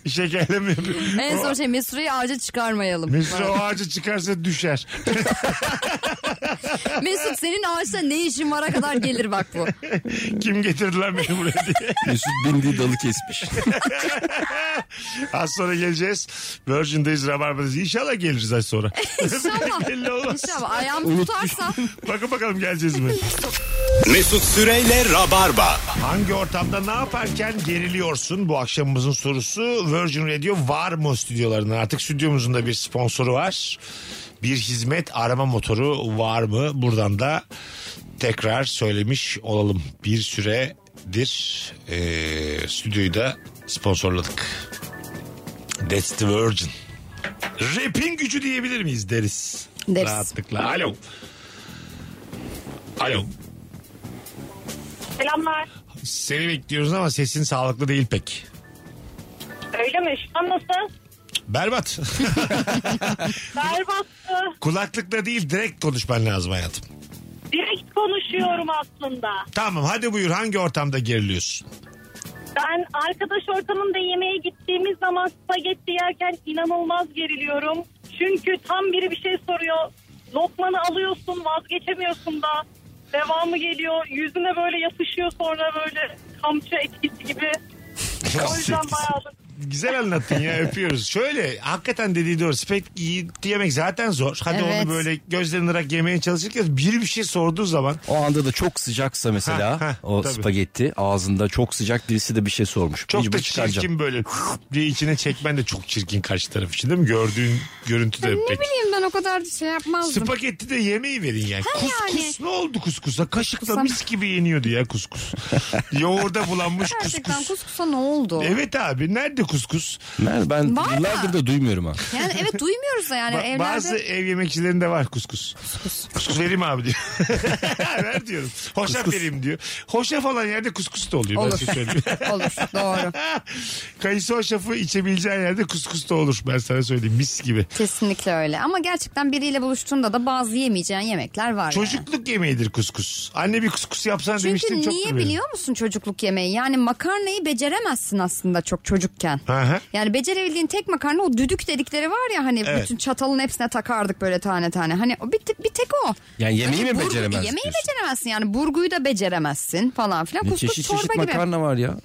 şey Şekerleme yapıyor. En O- son şey Mesure'yi ağaca çıkarmayalım. Mesut Süre o ağaca çıkarsa düşer. <laughs> Mesut senin ağaçta ne işin vara kadar gelir <laughs> bak bu. Kim getirdi lan beni buraya diye. Mesut bindiği dalı kesmiş. Az sonra geleceğiz. Virgin'deyiz, Rabarba'dayız. İnşallah geliriz az sonra. İnşallah. Belli olmaz. İnşallah ayağım tutarsa. Bakın bakalım geleceğiz mi? Mesut Süreyle Rabarba. Hangi ortamda ne yaparken geriliyorsun? Bu akşamımızın sorusu Virgin Radio var mı stüdyolarının? Artık stüdyomuzun da bir sponsoru var. Bir hizmet arama motoru var mı? Buradan da tekrar söylemiş olalım. Bir süredir eee stüdyoyu da sponsorladık. That's the Virgin. Rap'in gücü diyebilir miyiz deriz. Deriz. Rahatlıkla. Alo. Alo. Selamlar. Seni bekliyoruz ama sesin sağlıklı değil pek. Öyle mi? Şu an nasıl? Berbat. Berbattı. <laughs> Kulaklıkla değil direkt konuşman lazım hayatım. Direkt konuşuyorum aslında. Tamam hadi buyur hangi ortamda geriliyorsun? Ben arkadaş ortamında yemeğe gittiğimiz zaman spagetti yerken inanılmaz geriliyorum. Çünkü tam biri bir şey soruyor. Lokmanı alıyorsun vazgeçemiyorsun da. Devamı geliyor. Yüzüne böyle yapışıyor sonra böyle kamçı etkisi gibi. O yüzden bayağı da- Güzel anlattın <laughs> ya öpüyoruz. Şöyle hakikaten dediği doğru. Spek iyi yemek zaten zor. Hadi Evet. onu böyle gözlerini rak yemeye çalışırken biri bir şey sorduğu zaman O anda da çok sıcaksa Ha, mesela ha, o tabii. spagetti ağzında çok sıcak birisi de bir şey sormuş. çok Mecbur da çıkaracağım. çirkin böyle diye içine çekmen de çok çirkin karşı taraf için değil mi? Gördüğün görüntü de pek. Ne bileyim ben o kadar şey yapmazdım. Spagetti de yemeği verin yani. Kuskus ne oldu kuskusa? Kaşıkla Kusam- mis gibi yeniyordu <laughs> ya kuskus. Yoğurda bulanmış Gerçekten kuskus. kuskusa ne oldu? Evet abi nerede kuskus? Nerede? Ben Var da. yıllardır da duymuyorum ha. Yani evet duymuyoruz da yani Ba- evlerde. Bazı ev yemekçilerinde var kuskus. Kuskus. Kuskus vereyim <laughs> abi diyor. Ver diyorum. Hoşaf vereyim diyor. Hoşaf olan yerde kuskus da oluyor. Ben Olur. size söyleyeyim. <laughs> Olur doğru. Kayısı hoşafı içebileceğin yerde kuskus da olur. Ben sana söyleyeyim mis gibi. Kesinlikle öyle. Ama gerçekten biriyle buluştuğunda da bazı yemeyeceğin yemekler var. yani. Çocukluk yemeğidir kuskus. Anne bir kuskus yapsan Çünkü demiştim çok niye biliyor musun çocukluk yemeği? Yani makarnayı beceremezsin aslında çok çocukken. Aha. Yani becerebildiğin tek makarna o düdük dedikleri var ya hani Evet. bütün çatalın hepsine takardık böyle tane tane. Hani o bir, tek- bir tek o. Yani yemeği Hani mi burgu- beceremezsin Yemeği diyorsun? beceremezsin yani burguyu da beceremezsin falan filan. Ne Kuskus çeşit çorba çeşit gibi. makarna var ya.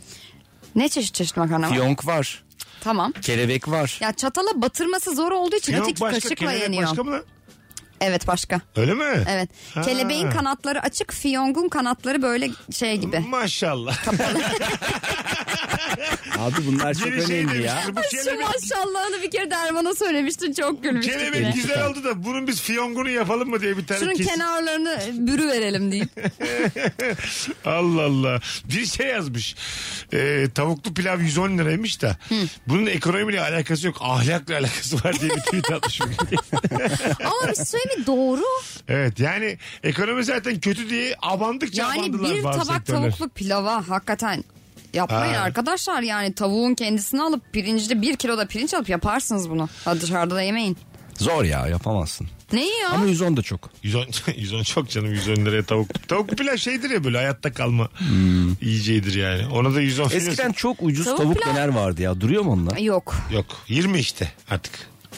Ne çeşit çeşit makarna var? Fiyonk var. Tamam. Kelebek var. Ya çatala batırması zor olduğu için Yok öteki başka kaşıkla kelebek yeniyor. başka mı? lan? Evet başka. Öyle mi? Evet. Ha. Kelebeğin kanatları açık, fiyongun kanatları böyle şey gibi. Maşallah. Abi bunlar çok Yeni şey önemli ya. demiştim. Bu Şu kelebek maşallahını bir kere Derman'a söylemiştin çok gülmüştük. Kelebek yine. güzel oldu da bunun biz fiyongunu yapalım mı diye bir tane Şunun kesin- kenarlarını bürü verelim deyip. <laughs> Allah Allah. Bir şey yazmış. Ee, tavuklu pilav 110 liraymış da. Bunun ekonomiyle alakası yok. Ahlakla alakası var diye bir tweet atmışım. <laughs> Ama bir şey mi doğru? evet yani ekonomi zaten kötü diye abandıkça Yani abandılar bir bazı tabak sektörler. tavuklu pilava hakikaten yapmayın Ha. arkadaşlar. Yani tavuğun kendisini alıp pirincide bir kilo da pirinç alıp yaparsınız bunu. Ha dışarıda da yemeyin. Zor ya yapamazsın. Neyi ya? Ama 110 da çok. 110, <laughs> 110 çok canım 110 liraya tavuk. Tavuklu pilav şeydir ya böyle hayatta kalma yiyeceğidir yani. Ona da 110 Hmm. Eskiden veriyorsun. çok ucuz Tavuk tavuk, pilav- döner vardı ya. Duruyor mu onlar? Yok. Yok 20 işte artık.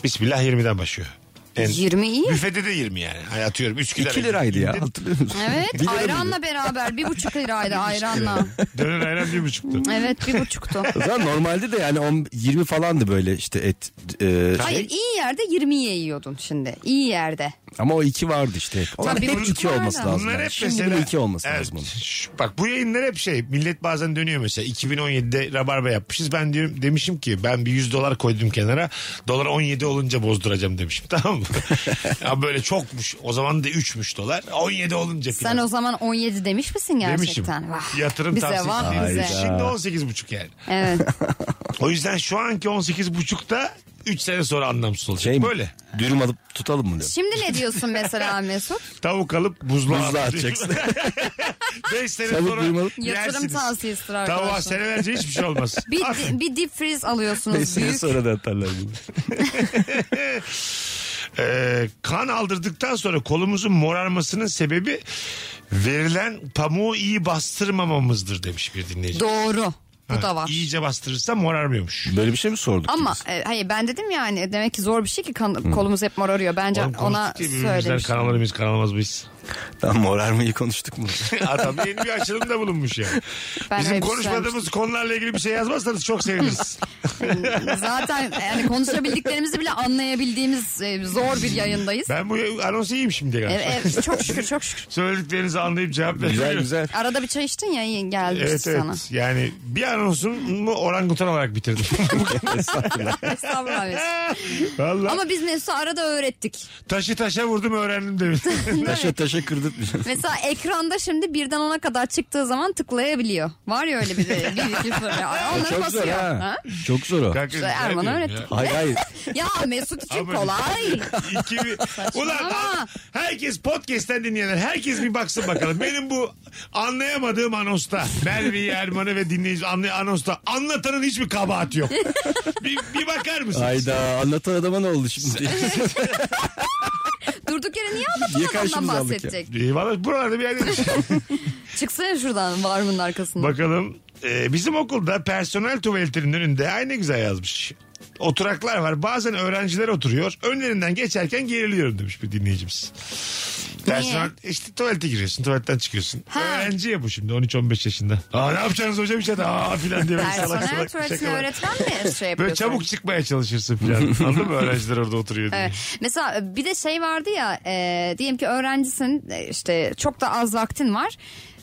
Bismillah 20'den başlıyor. En- 20 iyi. Büfede de 20 yani. Ay atıyorum 3 lira. 2 liraydı ya hatırlıyor musun? <laughs> Bir Evet lira mıydı? ayranla beraber bir buçuk liraydı ayranla. Döner ayran 1,5 lira. Evet bir buçuktu. Zaten normalde de yani 10, 20 falandı böyle işte et. e, Hayır iyi yerde 20'ye yiyordun şimdi. İyi yerde. Ama o 2 vardı işte hep. Onlar Tabii, hep buçuk 2 vardı. olması lazım. Bunlar yani. hep Şimdi mesela. bunun 2 olması Evet. lazım. onun. Şu- Bak bu yayınlar hep şey. Millet bazen dönüyor mesela. 2017'de Rabarba yapmışız. Ben diyorum demişim <laughs> ki ben bir 100 dolar koydum kenara. Dolar 17 olunca bozduracağım demişim. Tamam mı? ya böyle çokmuş. O zaman da 3'müş dolar. 17 olunca Sen o zaman 17 demiş misin Demişim. gerçekten? Vah, Yatırım bize tavsiyesi. vah değil. bize. Şimdi 18,5 yani. Evet. O yüzden şu anki 18,5'ta 3 sene sonra anlamsız olacak. Şey mi? Böyle. Dürüm alıp tutalım mı diyor. Şimdi ne diyorsun <laughs> mesela Mesut? Tavuk alıp buzluğa <laughs> Buzluğa atacaksın. 5 sene Tavuk sonra duymalı. Yatırım yersiniz. tavsiyesidir Tavuğa arkadaşlar. senelerce hiçbir şey olmaz. <laughs> Bir, At. di- bir deep freeze alıyorsunuz <laughs> Neyse büyük. sonra da atarlar bunu. Ee, kan aldırdıktan sonra kolumuzun morarmasının sebebi verilen pamuğu iyi bastırmamamızdır demiş bir dinleyici. Doğru. Bu da var. İyice bastırırsa morarmıyormuş. Böyle bir şey mi sorduk? Ama biz? e, hayır ben dedim yani demek ki zor bir şey ki kan- kolumuz hep morarıyor. Bence Hmm. Oğlum ona konuştuk ya birbirimizden söylemiş. kanalı biz kanalamaz biz. <laughs> Tamam morarmayı konuştuk mu? Adam yeni bir açılımda bulunmuş ya. Ben Bizim öyle bir konuşmadığımız konularla ilgili bir şey yazmazsanız çok seviniriz. Zaten yani konuşabildiklerimizi bile anlayabildiğimiz e, zor bir yayındayız. ben bu anonsu iyiyim şimdi galiba. Evet, evet, çok şükür çok şükür. Söylediklerinizi anlayıp cevap veriyorum. güzel güzel. Arada bir çay içtin ya iyi geldi <laughs> Evet sana. evet. Yani bir anonsumu orangutan <laughs> olarak bitirdim. Estağfurullah Mesut. <laughs> Vallahi Ama biz Mesut'u arada öğrettik. taşı taşa vurdum <laughs> öğrendim demiş. Taşa taşa <laughs> kırdırtmayacağız. Mesela ekranda şimdi birden ona kadar çıktığı zaman tıklayabiliyor. Var ya öyle bir de. Bir, iki, sıfır. Ya Onları Çok zor basıyor. ha. Ha? Çok zor o. Kanka, İşte Erman ne öğretti. diyorum Hayır hayır. Ya Mesut için Ama- kolay. ya? İki bir- <laughs> Ulan Saçmalama. herkes podcast'ten dinleyenler herkes bir baksın bakalım. Benim bu anlayamadığım anosta Merve'yi Erman'ı ve dinleyici anlay anosta anlatanın hiçbir <laughs> kabahati yok. bir, bir bakar mısınız? Hayda anlatan adama ne <laughs> oldu şimdi? Durduk yere niye Niye anlatan adamdan karşımıza aldık ya? bahsedecek? Ee, Valla buralarda bir yerde Çıksana şuradan varmın arkasından. Bakalım. Ee, bizim okulda personel tuvaletinin önünde aynı güzel yazmış. Oturaklar var. Bazen öğrenciler oturuyor. Önlerinden geçerken geriliyorum demiş bir dinleyicimiz. Personel işte tuvalete giriyorsun, tuvaletten çıkıyorsun. Ha. Öğrenci ya bu şimdi 13-15 yaşında. Aa ne yapacaksınız hocam işte aa filan diye böyle salak Personel salak tuvaletini şakalar. öğretmen mi şey yapıyor? Böyle çabuk çıkmaya çalışırsın filan. Anladın mı öğrenciler orada oturuyor diye. Evet. Ee, Mesela bir de şey vardı ya e, diyelim ki öğrencisin e, işte çok da az vaktin var.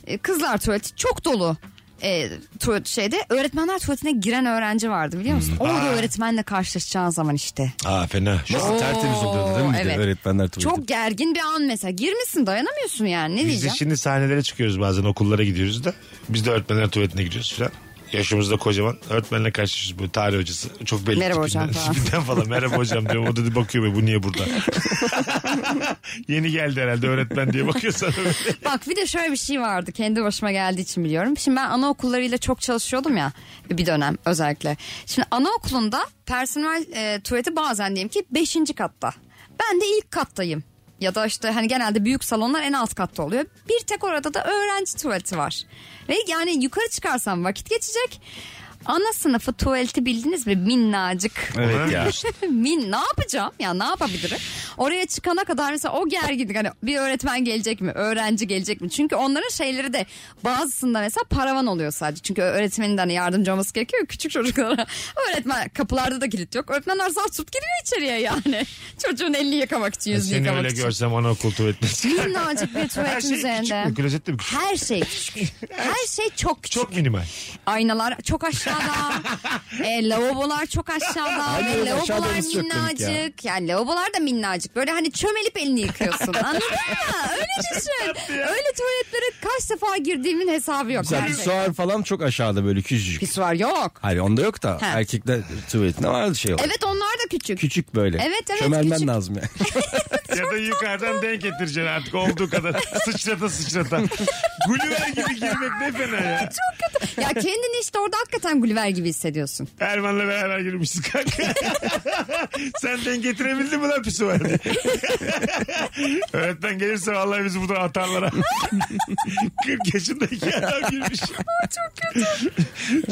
E, kızlar tuvaleti çok dolu. E, tuvalet şeyde öğretmenler tuvaletine giren öğrenci vardı biliyor musun? Orada öğretmenle karşılaşacağın zaman işte. Aa fena. Nasıl tertemiz oluyordu değil mi? Bir de evet. Öğretmenler tuvaleti. Çok gergin bir an mesela. Girmişsin dayanamıyorsun yani ne Biz de diyeceğim? şimdi sahnelere çıkıyoruz bazen okullara gidiyoruz da. Biz de öğretmenler tuvaletine gidiyoruz filan. Yaşımızda kocaman. Öğretmenle karşılaşıyoruz bu tarih hocası. Çok belli. Merhaba tipinden- hocam falan. tipinden falan. Merhaba hocam diyorum. O dedi bakıyor be bu <laughs> niye burada? Yeni geldi herhalde öğretmen diye bakıyor sana. böyle. Bak bir de şöyle bir şey vardı kendi başıma geldiği için biliyorum. Şimdi ben anaokullarıyla çok çalışıyordum ya bir dönem özellikle. Şimdi anaokulunda personel e, tuvaleti bazen diyelim ki 5. katta. Ben de ilk kattayım. Ya da işte hani genelde büyük salonlar en alt katta oluyor. Bir tek orada da öğrenci tuvaleti var. Ve yani yukarı çıkarsam vakit geçecek. Ana sınıfı tuvaleti bildiniz mi minnacık. Evet ya. <laughs> Min ne yapacağım? Ya ne yapabilirim? Oraya çıkana kadar mesela o gerginlik hani bir öğretmen gelecek mi? Öğrenci gelecek mi? Çünkü onların şeyleri de bazısında mesela paravan oluyor sadece. Çünkü öğretmenin de hani yardımcı olması gerekiyor küçük çocuklara. <laughs> Öğretmen kapılarda da kilit yok. Öğretmenler zar tut giriyor içeriye yani. <laughs> Çocuğun elini yıkamak için, yüzünü E, Seni yıkamak öyle için. görsem anaokul tuvaletine çıkar. Minnacık bir Her tuvaletin şey üzerinde. küçük mü? Klozet de mi? Her şey küçük. Her şey çok küçük. Çok minimal. <laughs> Aynalar çok aşağıda. e, lavabolar çok aşağıda. Aynaların E, aşağıda lavabolar olması çok komik ya. minnacık. Yani lavabolar da minnacık. Böyle hani çömelip elini yıkıyorsun. Anladın mı? Öyle düşün. Öyle tuvaletlere kaç defa girdiğimin hesabı yok. Mesela Her bir şey. suar falan çok aşağıda böyle küçücük. Pis var yok. Hayır onda yok da erkekler tuvaletinde vardı şey olarak. Evet onlar da küçük. Küçük böyle. Evet, evet, Çömelmen küçük. lazım <laughs> yani. ya da yukarıdan denk getireceksin artık olduğu kadar. <laughs> sıçrata sıçrata. Gulliver gibi girmek ne fena ya. ya kendini işte orada hakikaten Gulliver gibi hissediyorsun. Erman'la beraber girmişiz kanka. <laughs> Sen denk getirebildin mi lan pisuvarı <laughs> diye. Öğretmen gelirse vallahi bizi buradan atarlar. ha. <laughs> 40 yaşındaki adam girmiş. çok kötü.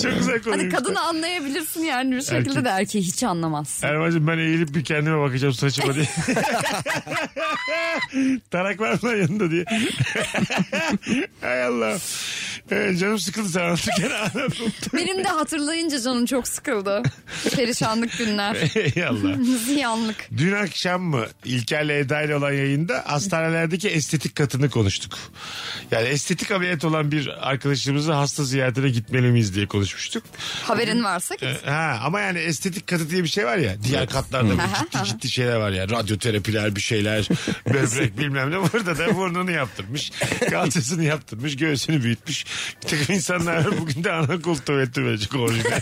çok güzel Hani konuymuş. kadını anlayabilirsin yani bir şekilde Erkek. de erkeği hiç anlamazsın. Erman'cığım ben eğilip bir kendime bakacağım saçıma diye. Tarak var mı lan yanında diye. <laughs> Hay Allah. Ee, canım sıkıldı sen anlatırken <laughs> anladım. Benim de hatırlayınca canım çok sıkıldı. Perişanlık günler. <laughs> Ey Allah. Ziyanlık. Dün akşam mı İlker'le Eda ile olan yayında hastanelerdeki estetik katını konuştuk. Yani estetik ameliyat olan bir arkadaşımızı hasta ziyaretine gitmeli miyiz diye konuşmuştuk. Haberin varsa git. Ee, Ha, ama yani estetik katı diye bir şey var ya. Diğer katlarda böyle ciddi ciddi şeyler var ya. Radyoterapiler bir şeyler. Böbrek bilmem ne. Burada da burnunu yaptırmış. Kalçasını yaptırmış. Göğsünü büyütmüş. Bir takım insanlar <laughs> var. bugün de ana kol tuvaleti verecek orijinal. <laughs>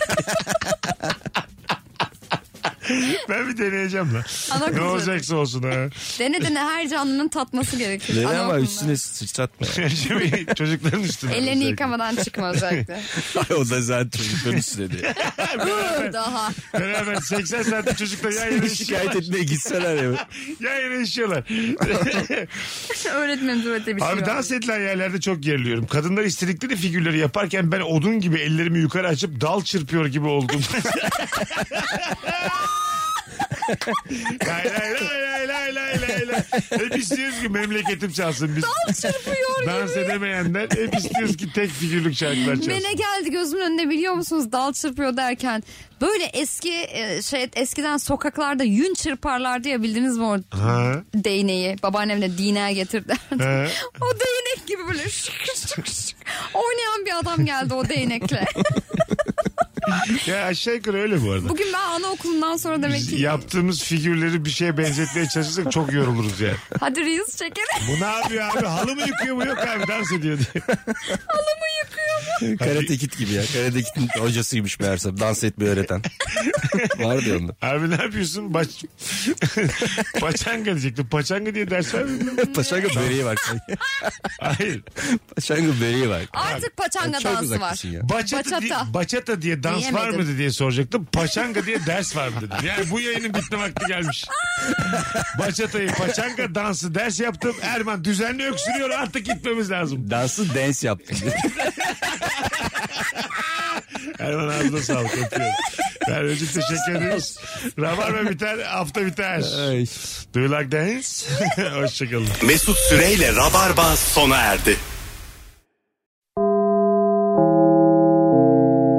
Ben bir deneyeceğim lan. Ana ne kol olacaksa olsun ha. Dene dene her canlının tatması gerekir. Neden ama Anaokulunda. üstüne sıçratma. Şimdi çocukların üstüne. Ellerini yıkamadan çıkma <laughs> özellikle. <laughs> o da zaten çocukların üstüne diye. Uuu, Daha. Beraber 80 saatte çocuklar yan yana işiyorlar. Şikayet etmeye gitseler ya. Yan yana işiyorlar. Öğretmenim öğretti bir şey Abi var. dans edilen yerlerde çok geriliyorum. Kadınlar istedikleri figürleri yaparken ben odun gibi ellerimi yukarı açıp dal çırpıyor gibi oldum. <laughs> lay lay lay lay lay lay lay lay. Hep istiyoruz ki memleketim çalsın biz. Al çırpıyor Dans gibi. edemeyenler hep istiyoruz ki tek figürlük şarkılar çalsın. Mele geldi gözümün önünde biliyor musunuz dal çırpıyor derken böyle eski e, şey eskiden sokaklarda yün çırparlardı ya bildiniz mi o Ha. değneği babaannemle dine getirdilerdi. Ha. <laughs> O değnek gibi böyle şık şık şık oynayan bir adam geldi o değnekle. <laughs> Ya aşağı yukarı öyle bu arada. Bugün ben anaokulundan sonra demek Biz ki yaptığımız figürleri bir şeye benzetmeye çalışırsak çok yoruluruz yani. hadi reels çekelim. Bu ne yapıyor abi? Halı mı yıkıyor mu? Yok abi dans ediyor diye. Karate Kid gibi ya. Karate Kid'in hocasıymış meğerse dans etmeyi öğreten. Vardı ya onda. Abi ne yapıyorsun? Baş... <laughs> Paçanga diyecektim. Paçanga diye ders var mı? Paşanga böreği var. sanki. Hayır. Paşanga böreği var. Artık paçanga Çok dansı var. uzaktasın ya. Bachata, Bachata. Diye, bachata diye dans Diyemedim. var mıydı diye soracaktım. Paçanga diye ders var mı dedim. Yani bu yayının bitme vakti gelmiş. Bachata'yı paçanga dansı ders yaptım. Erman düzenli öksürüyor artık gitmemiz lazım. Dansı dance yaptı. Erman ağzına sağlık. Öpüyorum. Ben önce teşekkür ederiz. Rabarba biter, hafta biter. Ay. Do you like dance? <laughs> Hoşçakalın. Mesut Süreyle Rabarba sona erdi.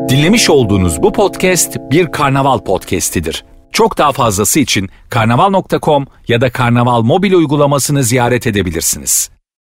Dinlemiş olduğunuz bu podcast bir karnaval podcastidir. Çok daha fazlası için karnaval.com ya da karnaval mobil uygulamasını ziyaret edebilirsiniz.